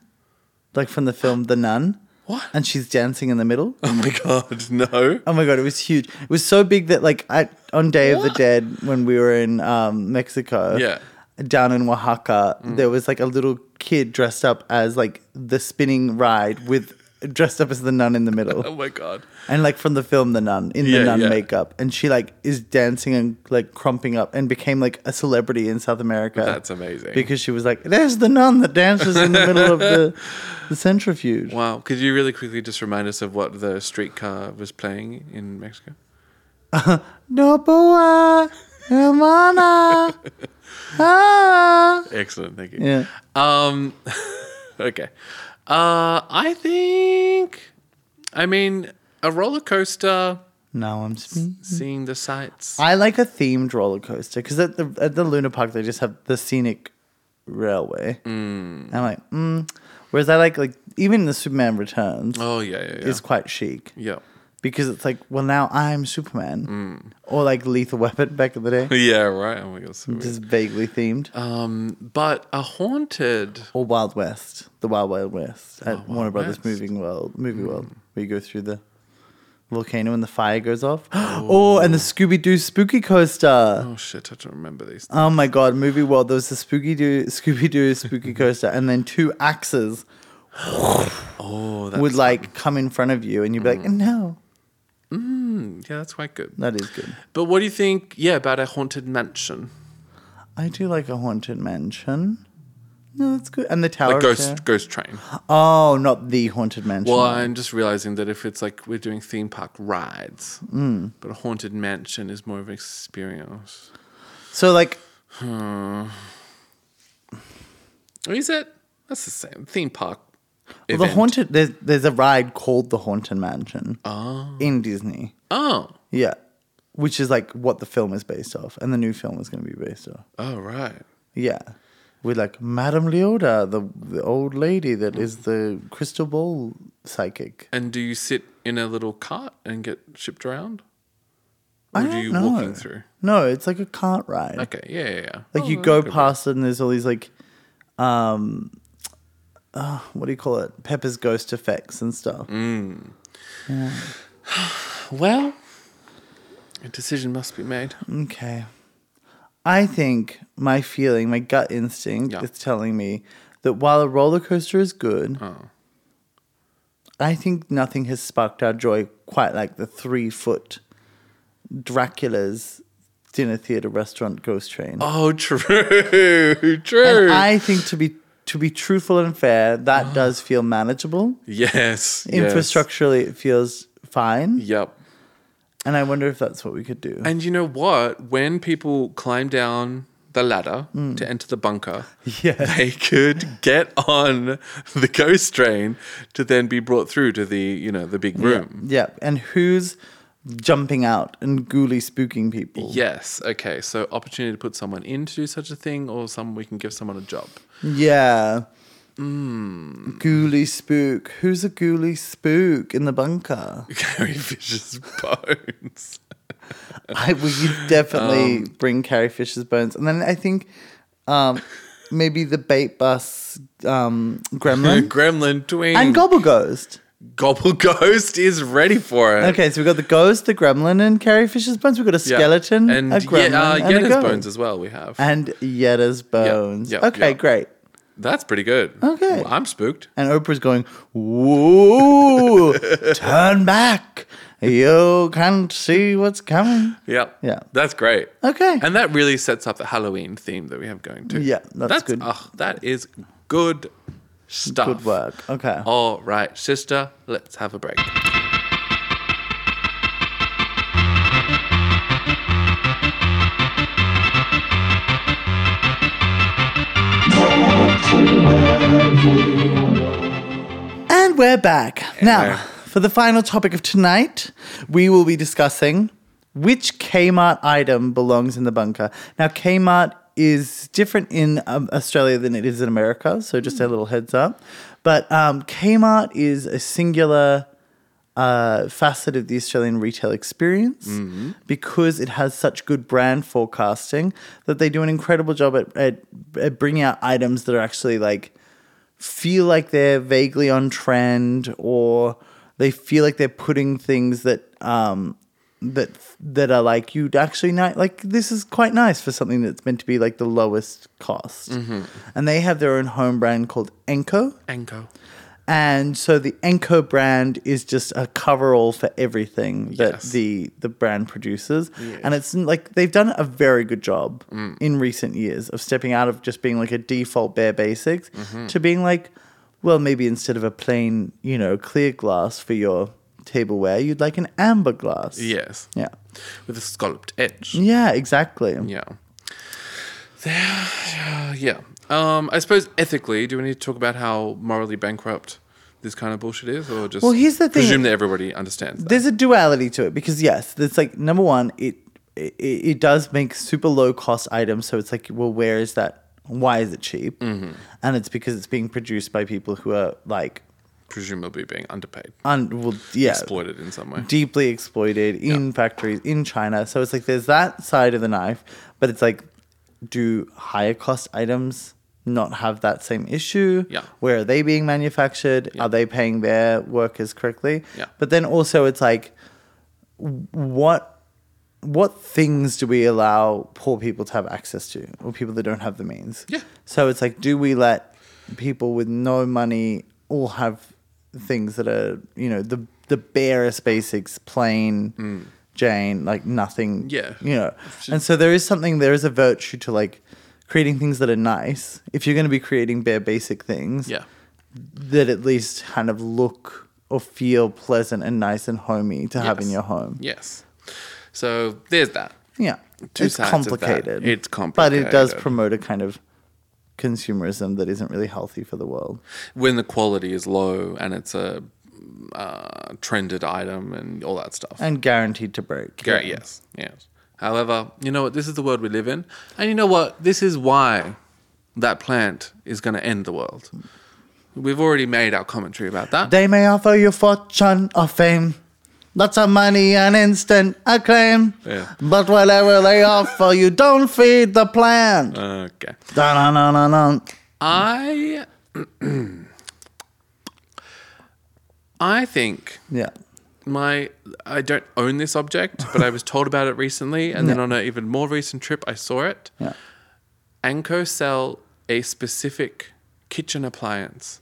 Speaker 2: like from the film The Nun.
Speaker 1: What?
Speaker 2: And she's dancing in the middle.
Speaker 1: Oh my god,
Speaker 2: *laughs*
Speaker 1: no.
Speaker 2: Oh my god, it was huge. It was so big that like I, on Day of the Dead when we were in um, Mexico,
Speaker 1: Yeah. Mm.
Speaker 2: down in Oaxaca, there was like a little kid dressed up as like the spinning ride with dressed up as the nun in the
Speaker 1: Oh *laughs*
Speaker 2: middle,
Speaker 1: my god.
Speaker 2: and like from the film The Nun in
Speaker 1: Yeah,
Speaker 2: the nun
Speaker 1: yeah.
Speaker 2: makeup, and she like is dancing and like crumping up and became like a celebrity in South America.
Speaker 1: That's amazing.
Speaker 2: because she was like, "There's the nun that dances in the middle
Speaker 1: *laughs*
Speaker 2: of the the centrifuge."
Speaker 1: wow, could you really quickly just remind us of what the streetcar was playing in Mexico?
Speaker 2: No boa,
Speaker 1: *laughs*
Speaker 2: hermana. ah.
Speaker 1: Excellent, thank you.
Speaker 2: Yeah.
Speaker 1: Um, *laughs* okay. Uh, I think. I mean, a roller coaster,
Speaker 2: Now I'm speaking.
Speaker 1: seeing the sights.
Speaker 2: I like a themed roller coaster because at the at the Luna Park they just have the scenic railway. Mm. I'm like, mm. whereas I like like even the Superman Returns
Speaker 1: oh yeah, yeah, yeah.
Speaker 2: is quite chic
Speaker 1: yeah.
Speaker 2: because it's like, well, now I'm Superman,
Speaker 1: Mm.
Speaker 2: or like Lethal Weapon back in the
Speaker 1: *laughs*
Speaker 2: day,
Speaker 1: *laughs* Yeah, right. Oh my god, so weird.
Speaker 2: just vaguely themed,
Speaker 1: Um, but a haunted.
Speaker 2: or Wild West, the Wild Wild West at
Speaker 1: Wild
Speaker 2: Warner Brothers
Speaker 1: West. Hmm.
Speaker 2: Moving World Movie World, where you go through the volcano and the fire goes off. *gasps* oh, and the Scooby Doo Spooky Coaster.
Speaker 1: Oh shit, I don't remember these.
Speaker 2: Oh my god, movie world. There was the Spooky Doo, Scooby Doo,
Speaker 1: *laughs*
Speaker 2: Spooky Coaster, and then two axes
Speaker 1: Oh, that's Hmm.
Speaker 2: would like come in front of you, and you'd be like, "No,
Speaker 1: yeah, that's quite good.
Speaker 2: that is good."
Speaker 1: But what do you think? Yeah, about a haunted mansion,
Speaker 2: I do like a haunted mansion. No, that's good. And the tower.
Speaker 1: like ghost
Speaker 2: of terror-
Speaker 1: ghost train.
Speaker 2: Oh, not the haunted
Speaker 1: *gasps*
Speaker 2: mansion.
Speaker 1: Well, I'm just realizing that if it's like we're doing theme park rides, but a haunted mansion is more of an experience.
Speaker 2: So like,
Speaker 1: Or Oh, is it? That's the same theme park.
Speaker 2: well, the
Speaker 1: event.
Speaker 2: haunted. There's there's a ride called the haunted mansion
Speaker 1: Ah.
Speaker 2: in Disney.
Speaker 1: Oh,
Speaker 2: Yeah, which is like what the film is based off, and the new film is going to be based off.
Speaker 1: oh right.
Speaker 2: Yeah. With like Madame Leota, the the old lady that is the crystal ball psychic.
Speaker 1: And do you sit in a little cart and get shipped around, or
Speaker 2: I
Speaker 1: do
Speaker 2: don't
Speaker 1: you
Speaker 2: know.
Speaker 1: walking through?
Speaker 2: No, it's like a cart ride.
Speaker 1: Okay, yeah, yeah, yeah.
Speaker 2: like
Speaker 1: Oh,
Speaker 2: you
Speaker 1: that
Speaker 2: go
Speaker 1: could be-
Speaker 2: past it and there's all these like um uh, what do you call it? Pepper's ghost effects and stuff.
Speaker 1: Well, a decision must be made.
Speaker 2: Mm. Okay. I think my feeling, my gut instinct
Speaker 1: Yeah.
Speaker 2: is telling me that while a roller coaster is good,
Speaker 1: Oh.
Speaker 2: I think nothing has sparked our joy quite like the three foot Dracula's dinner theater restaurant ghost train.
Speaker 1: Oh, true, *laughs* true.
Speaker 2: and I think to be to be truthful and
Speaker 1: *gasps*
Speaker 2: fair, that does feel manageable.
Speaker 1: yes, yes.
Speaker 2: Infrastructurally, it feels fine,
Speaker 1: Yep.
Speaker 2: and I wonder if that's what we could do.
Speaker 1: And you know what? When people climb down the ladder
Speaker 2: Mm.
Speaker 1: to enter the bunker,
Speaker 2: Yeah.
Speaker 1: they could get on the ghost train to then be brought through to the you know the big room.
Speaker 2: Yeah. And who's jumping out and ghouly spooking people?
Speaker 1: Yes. Okay. So opportunity to put someone in to do such a thing, or some we can give someone a job. *laughs*
Speaker 2: Yeah.
Speaker 1: Hmm.
Speaker 2: Ghouly spook. Who's a ghouly spook in the
Speaker 1: *laughs*
Speaker 2: bunker?
Speaker 1: Carry Fisher's bones.
Speaker 2: I would definitely
Speaker 1: Um,
Speaker 2: bring Carrie Fisher's bones. And then I think um, maybe the bait bus um,
Speaker 1: *laughs*
Speaker 2: gremlin
Speaker 1: Gremlin twin.
Speaker 2: and gobble ghost.
Speaker 1: Gobble Ghost is ready for it.
Speaker 2: Okay, so we've got the ghost, the gremlin, and Carrie Fisher's bones. We've got a
Speaker 1: Uh, Yeah.
Speaker 2: skeleton,
Speaker 1: and
Speaker 2: a gremlin,
Speaker 1: yeah, uh,
Speaker 2: and a
Speaker 1: Yetta's
Speaker 2: ghost.
Speaker 1: bones as well. We have.
Speaker 2: And Yetta's bones.
Speaker 1: yeah,
Speaker 2: okay,
Speaker 1: yeah.
Speaker 2: great.
Speaker 1: That's pretty good.
Speaker 2: Okay.
Speaker 1: Well, I'm spooked.
Speaker 2: And Oprah's going, Whoa, turn back. You can't see what's coming.
Speaker 1: Yeah.
Speaker 2: Yeah.
Speaker 1: That's great.
Speaker 2: Okay.
Speaker 1: And that really sets up the Halloween theme that we have going too.
Speaker 2: Yeah, that's good.
Speaker 1: ah, that is good stuff.
Speaker 2: Good work. Okay.
Speaker 1: All right, sister, let's have a break.
Speaker 2: And we're back.
Speaker 1: we're-
Speaker 2: Now, for the final topic of tonight, we will be discussing which Kmart item belongs in the bunker. Now, Kmart is different in um, Australia than it is in America, so just a little heads up. But um, Kmart is a singular uh, facet of the Australian retail experience because it has such good brand forecasting that they do an incredible job at, at, at bringing out items that are actually like feel like they're vaguely on trend or they feel like they're putting things that um that that are like you'd actually not like this is quite nice for something that's meant to be like the lowest cost and they have their own home brand called enco
Speaker 1: Anko.
Speaker 2: and so the Enco brand is just a coverall for everything that
Speaker 1: Yes.
Speaker 2: the the brand produces, and it's like they've done a very good job in recent years of stepping out of just being like a default bare basics to being like, well, maybe instead of a plain you know clear glass for your tableware, you'd like an amber glass.
Speaker 1: Yes.
Speaker 2: yeah,
Speaker 1: With a scalloped edge.
Speaker 2: yeah, exactly.
Speaker 1: Yeah. There, yeah. Um, I suppose ethically, do we need to talk about how morally bankrupt this kind of bullshit is, or just
Speaker 2: Well, here's the thing.
Speaker 1: presume that everybody understands that?
Speaker 2: there's a duality to it because yes, it's like number one, it, it it does make super low cost items, so it's like, well, where is that? Why is it cheap? And it's because it's being produced by people who are like,
Speaker 1: presumably being underpaid,
Speaker 2: un- well, yeah,
Speaker 1: exploited in some way.
Speaker 2: deeply exploited in factories in China. So it's like there's that side of the knife, but it's like, do higher cost items not have that same issue?
Speaker 1: Yeah.
Speaker 2: Where are they being manufactured? Are they paying their workers correctly?
Speaker 1: Yeah.
Speaker 2: But then also it's like, what what things do we allow poor people to have access to or people that don't have the means
Speaker 1: Yeah.
Speaker 2: so it's like do we let people with no money all have things that are you know the the barest basics plain jane like nothing
Speaker 1: Hmm. Yeah.
Speaker 2: you know and so there is something there is a virtue to like creating things that are nice if you're going to be creating bare basic things
Speaker 1: Yeah.
Speaker 2: that at least kind of look or feel pleasant and nice and homey to have in
Speaker 1: Yes.
Speaker 2: your home
Speaker 1: Yes. So there's that.
Speaker 2: yeah.
Speaker 1: Two
Speaker 2: it's
Speaker 1: sides of that.
Speaker 2: complicated.
Speaker 1: It's
Speaker 2: But it does
Speaker 1: complicated.
Speaker 2: promote a kind of consumerism that isn't really healthy for the world.
Speaker 1: When the quality is low and it's a uh, trended item and all that stuff.
Speaker 2: And guaranteed to break.
Speaker 1: Gar- Yes. Yes. However, you know what? This is the world we live in. And you know what? This is why that plant is going to end the world. We've already made our commentary about that.
Speaker 2: They may offer you fortune or fame. Lots of money and instant acclaim.
Speaker 1: Yeah.
Speaker 2: But whatever they offer you, don't feed the plant.
Speaker 1: okay.
Speaker 2: Dun, dun, dun, dun, dun.
Speaker 1: I. *clears throat* I think
Speaker 2: Yeah.
Speaker 1: my I don't own this object, but I was told about it recently, and then on an even more recent trip, I saw it.
Speaker 2: Yeah.
Speaker 1: Anko sell a specific kitchen appliance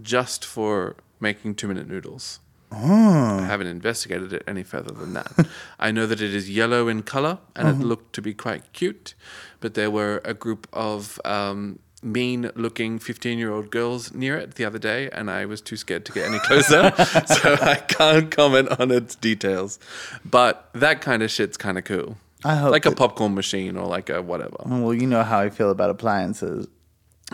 Speaker 1: just for making two-minute noodles.
Speaker 2: Ah.
Speaker 1: I haven't investigated it any further than that. *laughs* I know that it is yellow in color, and
Speaker 2: Mm-hmm.
Speaker 1: it looked to be quite cute, but there were a group of. Um, Mean looking 15 year old girls near it the other day, and I was too scared to get any
Speaker 2: *laughs*
Speaker 1: closer, *laughs* so I can't comment on its details. But that kind of shit's kind of cool.
Speaker 2: I hope.
Speaker 1: like a
Speaker 2: that-
Speaker 1: popcorn machine or like a whatever.
Speaker 2: well, you know how I feel about appliances.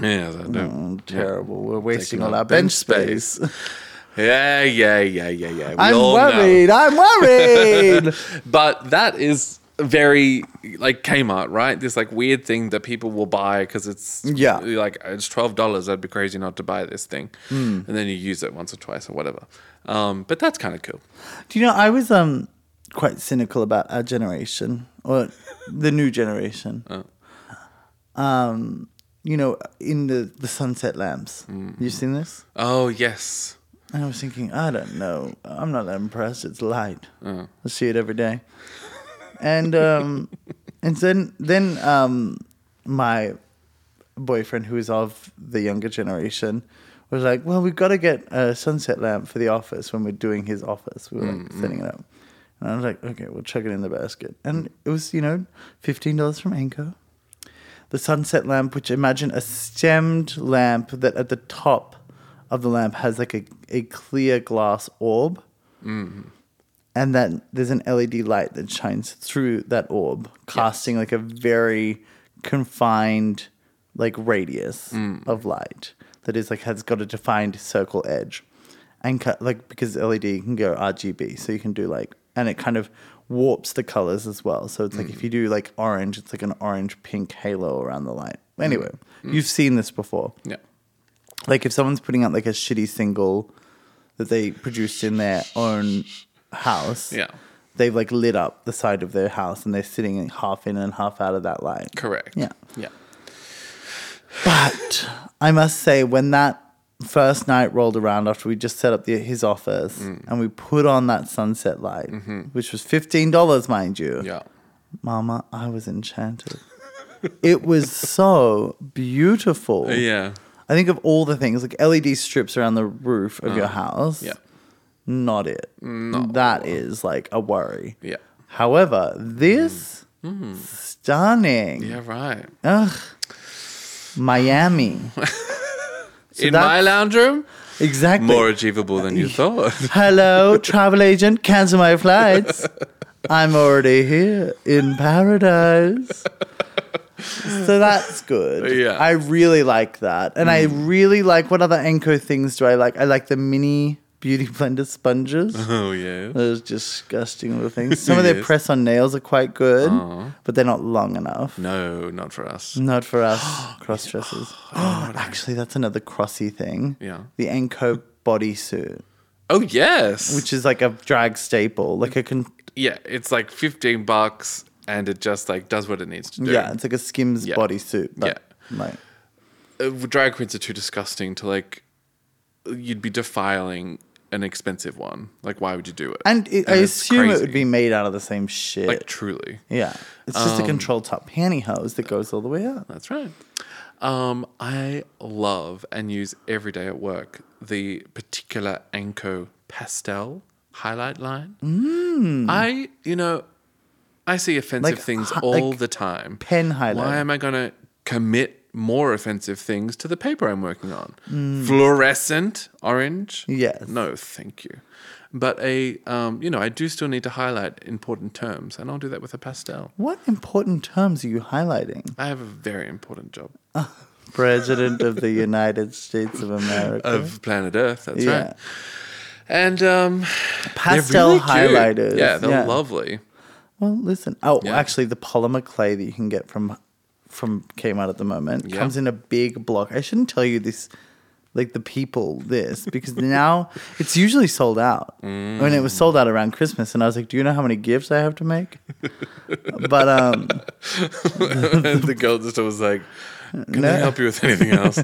Speaker 1: Yeah, I do.
Speaker 2: Mm, terrible. We're wasting
Speaker 1: Taking
Speaker 2: all
Speaker 1: up
Speaker 2: our bench space.
Speaker 1: *laughs* yeah, yeah, yeah, yeah, yeah. We
Speaker 2: I'm
Speaker 1: all know.
Speaker 2: worried.
Speaker 1: *laughs*
Speaker 2: I'm worried.
Speaker 1: But that is very like Kmart, right? This like weird thing that people will buy because it's
Speaker 2: Yeah.
Speaker 1: like it's twelve dollars. I'd be crazy not to buy this thing,
Speaker 2: Hmm.
Speaker 1: and then you use it once or twice or whatever. Um, but that's kind of cool.
Speaker 2: Do you know I was um quite cynical about our generation or the new generation. Um, you know, in the the sunset lamps. You seen this?
Speaker 1: Oh yes,
Speaker 2: And I was thinking, I don't know. I'm not that impressed. It's light. I see it every day. And um, and then then um, my boyfriend, who is of the younger generation, was like, "Well, we've got to get a sunset lamp for the office when we're doing his office. We were like setting it up." And I was like, "Okay, we'll chuck it in the basket." And it was, you know, fifteen dollars from Anchor. The sunset lamp, which imagine a stemmed lamp that at the top of the lamp has like a, a clear glass orb. And then there's an LED light that shines through that orb, casting like a very confined like radius of light that is like has got a defined circle edge. And cut like because LED can go RGB, so you can do like and it kind of warps the colors as well. So it's like if you do like orange, it's like an orange pink halo around the light. Anyway, you've seen this before
Speaker 1: yeah.
Speaker 2: like if someone's putting out like a shitty single that they produced in their own house
Speaker 1: Yeah.
Speaker 2: they've like lit up the side of their house and they're sitting half in and half out of that light
Speaker 1: Correct.
Speaker 2: yeah
Speaker 1: Yeah.
Speaker 2: but i must say when that first night rolled around after we just set up the, his office
Speaker 1: Mm.
Speaker 2: and we put on that sunset light which was $15 mind you
Speaker 1: Mm-hmm. Yeah.
Speaker 2: mama i was enchanted it was so beautiful
Speaker 1: Yeah.
Speaker 2: I think of all the things like LED strips around the roof of your house.
Speaker 1: Uh, Yeah.
Speaker 2: Not it. That is like a worry.
Speaker 1: Yeah.
Speaker 2: However, this stunning.
Speaker 1: Mm. Yeah. Right.
Speaker 2: Ugh.
Speaker 1: *laughs*
Speaker 2: Miami. So
Speaker 1: In my
Speaker 2: that's-
Speaker 1: lounge room,
Speaker 2: Exactly.
Speaker 1: more achievable than
Speaker 2: *laughs*
Speaker 1: you thought. *laughs*
Speaker 2: Hello, travel agent, cancel my flights. I'm already here in paradise. So that's good.
Speaker 1: Yeah. Mm.
Speaker 2: I really like that. And I really like what other Enco things do I like? I like the mini beauty blender sponges.
Speaker 1: oh yeah.
Speaker 2: Those disgusting little
Speaker 1: *laughs*
Speaker 2: things. Some of their
Speaker 1: Yes. Uh-huh.
Speaker 2: press on nails are quite good, but they're not long enough.
Speaker 1: No, not for us.
Speaker 2: Not
Speaker 1: *gasps*
Speaker 2: for us cross dressers. Actually, that's another crossy thing.
Speaker 1: Yeah.
Speaker 2: The Enco bodysuit
Speaker 1: Oh yes.
Speaker 2: which is like a drag staple, like a con-
Speaker 1: yeah, it's like 15 bucks and it just like does what it needs to do.
Speaker 2: yeah, it's like a Skims
Speaker 1: Yeah.
Speaker 2: bodysuit. But Like,
Speaker 1: Uh, drag queens are too disgusting to like you'd be defiling an expensive one. Like why would you do it?
Speaker 2: and it, I
Speaker 1: it's
Speaker 2: assume it would
Speaker 1: crazy.
Speaker 2: be made out of the same shit.
Speaker 1: like um, truly.
Speaker 2: yeah, it's just a control top pantyhose that goes all the way up.
Speaker 1: That's right. Um, I love and use every day at work the particular Anko pastel highlight line. I, you know, I see offensive
Speaker 2: Mm. Like,
Speaker 1: things
Speaker 2: hi-
Speaker 1: all
Speaker 2: like
Speaker 1: the time.
Speaker 2: pen highlight.
Speaker 1: Why am I going to commit more offensive things to the paper I'm working on? Fluorescent orange?
Speaker 2: Mm. Yes.
Speaker 1: No, thank you. But a, um, you know, I do still need to highlight important terms, and I'll do that with a pastel.
Speaker 2: What important terms are you highlighting?
Speaker 1: I have a very important job.
Speaker 2: President
Speaker 1: *laughs*
Speaker 2: of the United States of America.
Speaker 1: of planet Earth. That's
Speaker 2: Yeah.
Speaker 1: right. And um,
Speaker 2: Pastel
Speaker 1: highlighters.
Speaker 2: highlighters.
Speaker 1: Yeah, they're
Speaker 2: Yeah.
Speaker 1: lovely. *laughs*
Speaker 2: Well, listen. Oh,
Speaker 1: Yeah.
Speaker 2: actually, the polymer clay that you can get from from Kmart at the moment
Speaker 1: Yeah.
Speaker 2: comes in a big block. I shouldn't tell you this, like the people this, because now it's usually sold out. I mean, it was sold out around Christmas, and I was like, "Do you know how many gifts I have to
Speaker 1: *laughs*
Speaker 2: make?" but um,
Speaker 1: and the girl just was like, "Can I help you with anything
Speaker 2: *laughs*
Speaker 1: else?"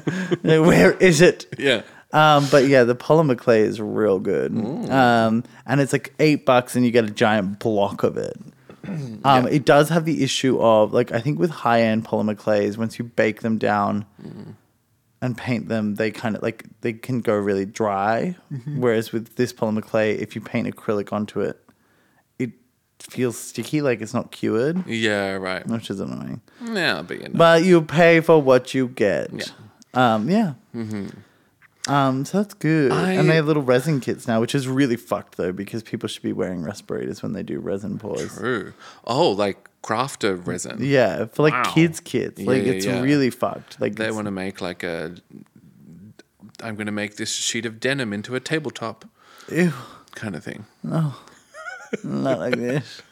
Speaker 2: where is it?
Speaker 1: yeah,
Speaker 2: Um, but yeah, the polymer clay is real good. Um, and it's like eight bucks and you get a giant block of it. Um, It does have the issue of, like, I think with high end polymer clays, once you bake them down and paint them, they kind of like they can go really dry. Whereas with this polymer clay, if you paint acrylic onto it, it feels sticky, like it's not cured,
Speaker 1: yeah, right.
Speaker 2: which is annoying.
Speaker 1: Yeah, but you know,
Speaker 2: But you pay for what you get.
Speaker 1: Yeah. Mm-hmm.
Speaker 2: Um, yeah. Um, so that's good. and
Speaker 1: I-
Speaker 2: they have little resin kits now, which is really fucked though, because people should be wearing respirators when they do resin pours.
Speaker 1: True. Oh, like crafter resin.
Speaker 2: Yeah, for like
Speaker 1: Wow.
Speaker 2: kids, kids.
Speaker 1: Yeah,
Speaker 2: like
Speaker 1: yeah,
Speaker 2: it's
Speaker 1: yeah.
Speaker 2: really fucked. Like
Speaker 1: They
Speaker 2: it's-
Speaker 1: want to make like a. I'm going to make this sheet of denim into a tabletop
Speaker 2: ew,
Speaker 1: kind of thing.
Speaker 2: not like this.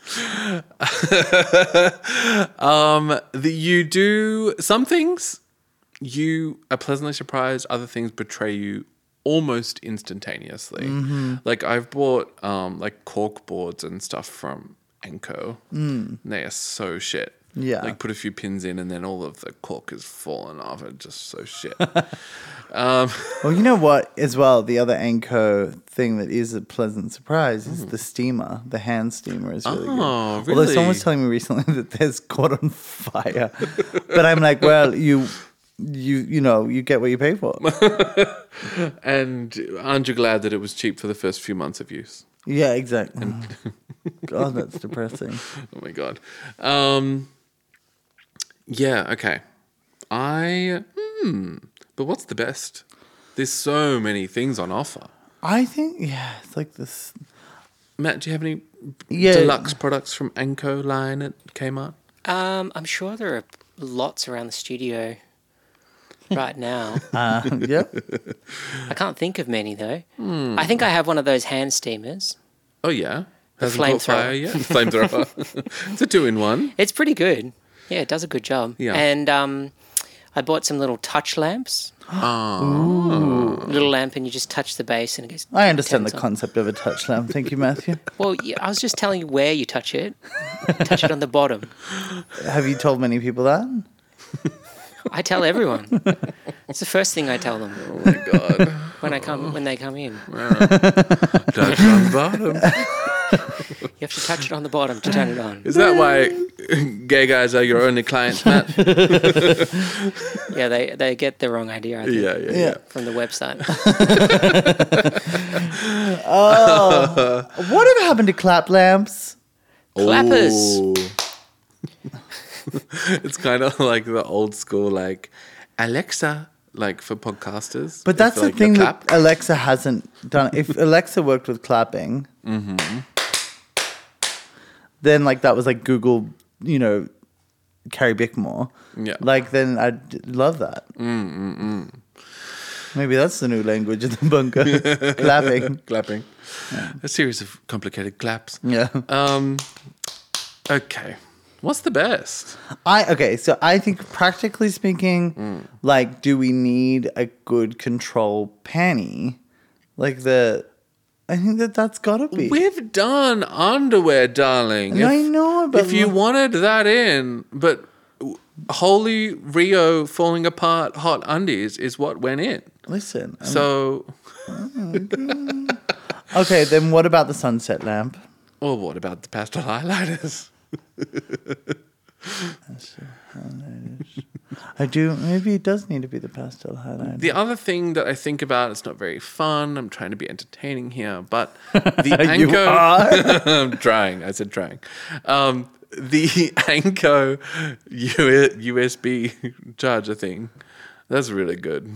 Speaker 1: The, Uh, you do some things, you are pleasantly surprised. Other things betray you almost instantaneously. Like I've bought um, like cork boards and stuff from Anko. Mm. They are so shit.
Speaker 2: Yeah.
Speaker 1: Like put a few pins in and then all of the cork has fallen off. It's just so shit.
Speaker 2: Well, you know what? As well, the other Anko thing that is a pleasant surprise is the steamer. The hand steamer is really good.
Speaker 1: Oh,
Speaker 2: Although someone
Speaker 1: really?
Speaker 2: was telling me recently *laughs* that theirs caught on fire, but I'm like, well, you, you, you know, you get what you pay *laughs* for.
Speaker 1: and aren't you glad that it was cheap for the first few months of use?
Speaker 2: Yeah, exactly. *laughs* God, that's depressing.
Speaker 1: Oh my god. Um, yeah. Okay. I. Hmm. But what's the best? There's so many things on offer.
Speaker 2: I think, yeah, it's like this.
Speaker 1: Matt, do you have any
Speaker 2: Yeah.
Speaker 1: deluxe products from Anko line at Kmart?
Speaker 3: Um, I'm sure there are lots around the studio right now.
Speaker 2: Uh, yep.
Speaker 3: I can't think of many though. I think I have one of those hand steamers.
Speaker 1: Oh yeah.
Speaker 3: The
Speaker 1: Hasn't caught
Speaker 3: flamethrower.
Speaker 1: fire yet. *laughs* Flamethrower. it's a two-in-one.
Speaker 3: It's pretty good. Yeah, it does a good job.
Speaker 1: Yeah.
Speaker 3: And um, I bought some little
Speaker 1: *gasps*
Speaker 3: touch lamps.
Speaker 1: Oh.
Speaker 3: Little lamp, and you just touch the base, and it goes.
Speaker 2: *laughs* I understand the
Speaker 3: turns on.
Speaker 2: concept of a touch lamp. Thank you, Matthew.
Speaker 3: Well, yeah, I was just telling you where you touch it. touch it on the bottom.
Speaker 2: Have you told many people that?
Speaker 3: I tell everyone. It's the first thing I tell them
Speaker 1: Oh my god.
Speaker 3: when I come when they come in. You
Speaker 1: Touch on bottom.
Speaker 3: have to touch it on the bottom to turn it on.
Speaker 1: *laughs* Is that why gay guys are your only clients, Matt? *laughs* yeah,
Speaker 3: Yeah, they they get the wrong idea I think,
Speaker 1: yeah, yeah. yeah.
Speaker 3: from the website.
Speaker 2: Whatever happened to clap lamps?
Speaker 1: Oh.
Speaker 3: Clappers.
Speaker 1: Ooh. *laughs* it's kind of like the old school, like Alexa, like for podcasters.
Speaker 2: But
Speaker 1: It's
Speaker 2: that's
Speaker 1: like you
Speaker 2: the thing that
Speaker 1: clap.
Speaker 2: Alexa hasn't done. If *laughs* Alexa worked with clapping,
Speaker 1: Mm-hmm.
Speaker 2: then like that was like Google, you know, Carrie Bickmore.
Speaker 1: Yeah.
Speaker 2: Like then I'd love that. Mm, mm, mm. Maybe that's the new language of
Speaker 1: *laughs*
Speaker 2: the bunker. clapping.
Speaker 1: clapping. A series of complicated claps.
Speaker 2: Yeah.
Speaker 1: Um. Okay. What's the best?
Speaker 2: I okay, so I think practically speaking,
Speaker 1: Mm.
Speaker 2: like, do we need a good control panty? Like the, I think that that's gotta be.
Speaker 1: We've done underwear, darling.
Speaker 2: No, I know, but
Speaker 1: if you
Speaker 2: look-
Speaker 1: wanted that in, but w- holy Rio falling apart, hot undies is what went in.
Speaker 2: Listen, I'm-
Speaker 1: So,
Speaker 2: okay, then what about the sunset lamp?
Speaker 1: or what about the pastel *laughs* highlighters?
Speaker 2: I do. Maybe it does need to be the pastel highlight.
Speaker 1: The other thing that I think about, it's not very fun. I'm trying to be entertaining here,
Speaker 2: *laughs*
Speaker 1: but the Anko.
Speaker 2: You are.
Speaker 1: *laughs* I'm trying. I said trying. Um, the *laughs* Anko U- USB charger thing. That's really
Speaker 2: *laughs*
Speaker 1: good.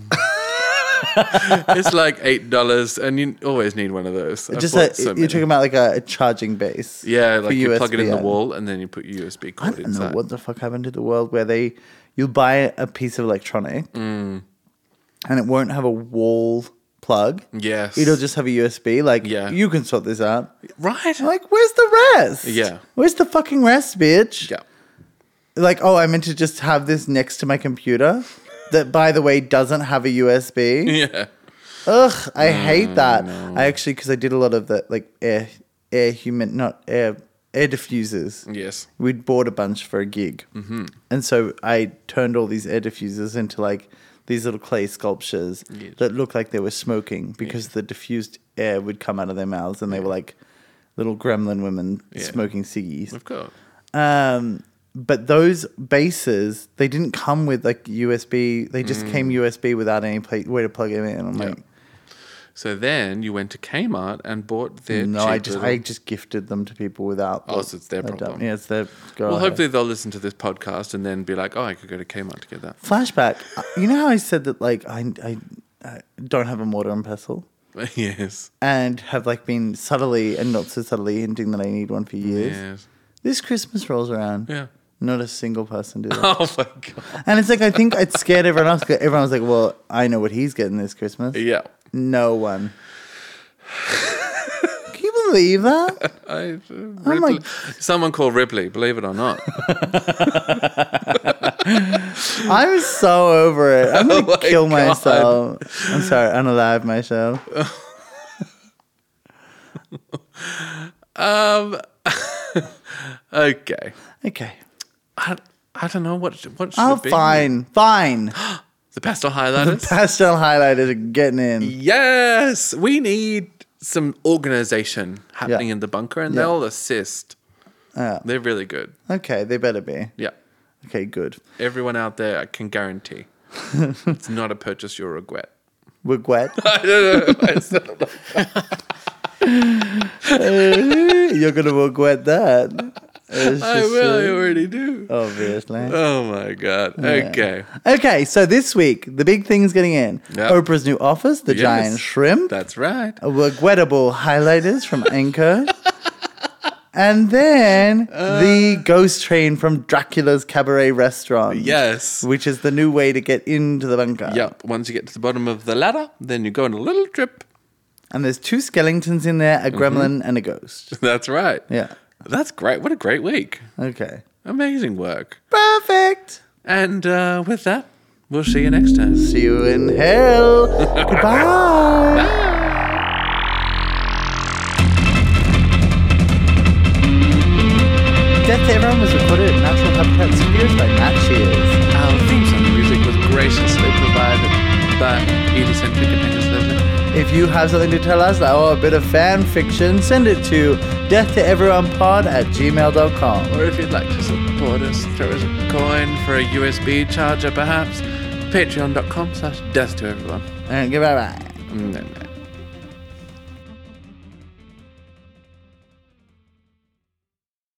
Speaker 1: it's like eight dollars, and you always need one of those. I've
Speaker 2: Just
Speaker 1: bought
Speaker 2: like
Speaker 1: so
Speaker 2: you're
Speaker 1: many.
Speaker 2: talking about like a, a charging base.
Speaker 1: yeah, like you plug it in the
Speaker 2: USB.
Speaker 1: wall, and then you put your USB
Speaker 2: I
Speaker 1: cord
Speaker 2: don't know
Speaker 1: inside.
Speaker 2: what the fuck happened to the world where they you'll buy a piece of electronic
Speaker 1: Mm.
Speaker 2: and it won't have a wall plug.
Speaker 1: Yes,
Speaker 2: It'll just have a USB. Like
Speaker 1: Yeah.
Speaker 2: you can sort this out.
Speaker 1: right.
Speaker 2: I'm like, where's the rest?
Speaker 1: Yeah.
Speaker 2: Where's the fucking rest, bitch?
Speaker 1: yeah.
Speaker 2: Like, oh, I meant to just have this next to my computer that by the way doesn't have a USB.
Speaker 1: Yeah.
Speaker 2: Ugh, I hate that. I actually because I did a lot of the like air air human not air air diffusers.
Speaker 1: Yes.
Speaker 2: We'd bought a bunch for a gig, mm-hmm. and so I turned all these air diffusers into like these little clay sculptures that looked like they were smoking because the diffused air would come out of their mouths, and they were like little gremlin women
Speaker 1: Yeah.
Speaker 2: smoking ciggies.
Speaker 1: Of course.
Speaker 2: Um, but those bases, they didn't come with like USB. They just came USB without any pla way to plug them in. I'm
Speaker 1: Mm. Yeah.
Speaker 2: like.
Speaker 1: So then you went to Kmart and bought their.
Speaker 2: No,
Speaker 1: cheap
Speaker 2: I just
Speaker 1: little-
Speaker 2: I just gifted them to people without.
Speaker 1: Oh, so it's their
Speaker 2: I don't-
Speaker 1: problem.
Speaker 2: Yeah, it's their. Go
Speaker 1: Well,
Speaker 2: ahead.
Speaker 1: hopefully they'll listen to this podcast and then be like, "Oh, I could go to Kmart to get that."
Speaker 2: uh, Flashback. You know how I said that? Like I I uh, don't have a mortar and pestle
Speaker 1: *laughs* yes.
Speaker 2: and have like been subtly and not so subtly hinting that I need one for years.
Speaker 1: Yes.
Speaker 2: This Christmas rolls around.
Speaker 1: Yeah. *laughs*
Speaker 2: Not a single person did that.
Speaker 1: Oh my god.
Speaker 2: and it's like, I think it scared everyone else. 'cause Everyone was like, well, I know what he's getting this Christmas.
Speaker 1: Yeah.
Speaker 2: No one. Can you believe that?
Speaker 1: I, uh, Ripley,
Speaker 2: like-
Speaker 1: someone called Ripley, believe it or not.
Speaker 2: I'm so over
Speaker 1: *laughs*
Speaker 2: it. I'm gonna
Speaker 1: Oh my
Speaker 2: kill
Speaker 1: God.
Speaker 2: myself. I'm sorry, unalive myself.
Speaker 1: Um, *laughs* okay.
Speaker 2: Okay.
Speaker 1: I, I don't know what what should
Speaker 2: Oh,
Speaker 1: it be.
Speaker 2: fine, fine.
Speaker 1: *gasps* The pastel highlighters.
Speaker 2: Pastel highlighters are getting in.
Speaker 1: yes, we need some organization happening
Speaker 2: Yeah.
Speaker 1: in the bunker, and
Speaker 2: Yeah.
Speaker 1: they'll assist.
Speaker 2: Yeah.
Speaker 1: They're really good.
Speaker 2: Okay, they better be.
Speaker 1: Yeah,
Speaker 2: Okay, good.
Speaker 1: everyone out there, I can *laughs* guarantee, it's not a purchase you'll regret.
Speaker 2: Wigwet.
Speaker 1: *laughs* I don't know. I still don't-
Speaker 2: *laughs* You're gonna regret that. It's
Speaker 1: I
Speaker 2: just,
Speaker 1: will. I
Speaker 2: uh,
Speaker 1: already do.
Speaker 2: Obviously.
Speaker 1: Oh my god. Okay,
Speaker 2: Okay, so this week the big thing's getting in.
Speaker 1: Yeah.
Speaker 2: Oprah's new office, the giant
Speaker 1: Yes.
Speaker 2: shrimp,
Speaker 1: that's right.
Speaker 2: regrettable highlighters from Anchor. And then the ghost train from Dracula's Cabaret Restaurant.
Speaker 1: Yes.
Speaker 2: Which is the new way to get into the bunker.
Speaker 1: Yep. Once you get to the bottom of the ladder, then you go on a little trip.
Speaker 2: And there's two skeletons in there, a gremlin and a ghost.
Speaker 1: That's right.
Speaker 2: Yeah.
Speaker 1: That's great. What a great week.
Speaker 2: Okay.
Speaker 1: Amazing work.
Speaker 2: Perfect.
Speaker 1: And uh, with that, we'll see you next time.
Speaker 2: See you in hell. Goodbye. Death to Everyone was recorded at Natural Habitat Studios by Matt Shears.
Speaker 1: Our theme song music was graciously provided by Egocentric and Angus Leslie.
Speaker 2: If you have something to tell us or a bit of fan fiction, send it to death to everyone pod at gmail.com.
Speaker 1: Or if you'd like to support us, throw us a coin for a USB charger, perhaps. Patreon.com slash death to everyone.
Speaker 2: And goodbye.
Speaker 1: Mm, mm, mm.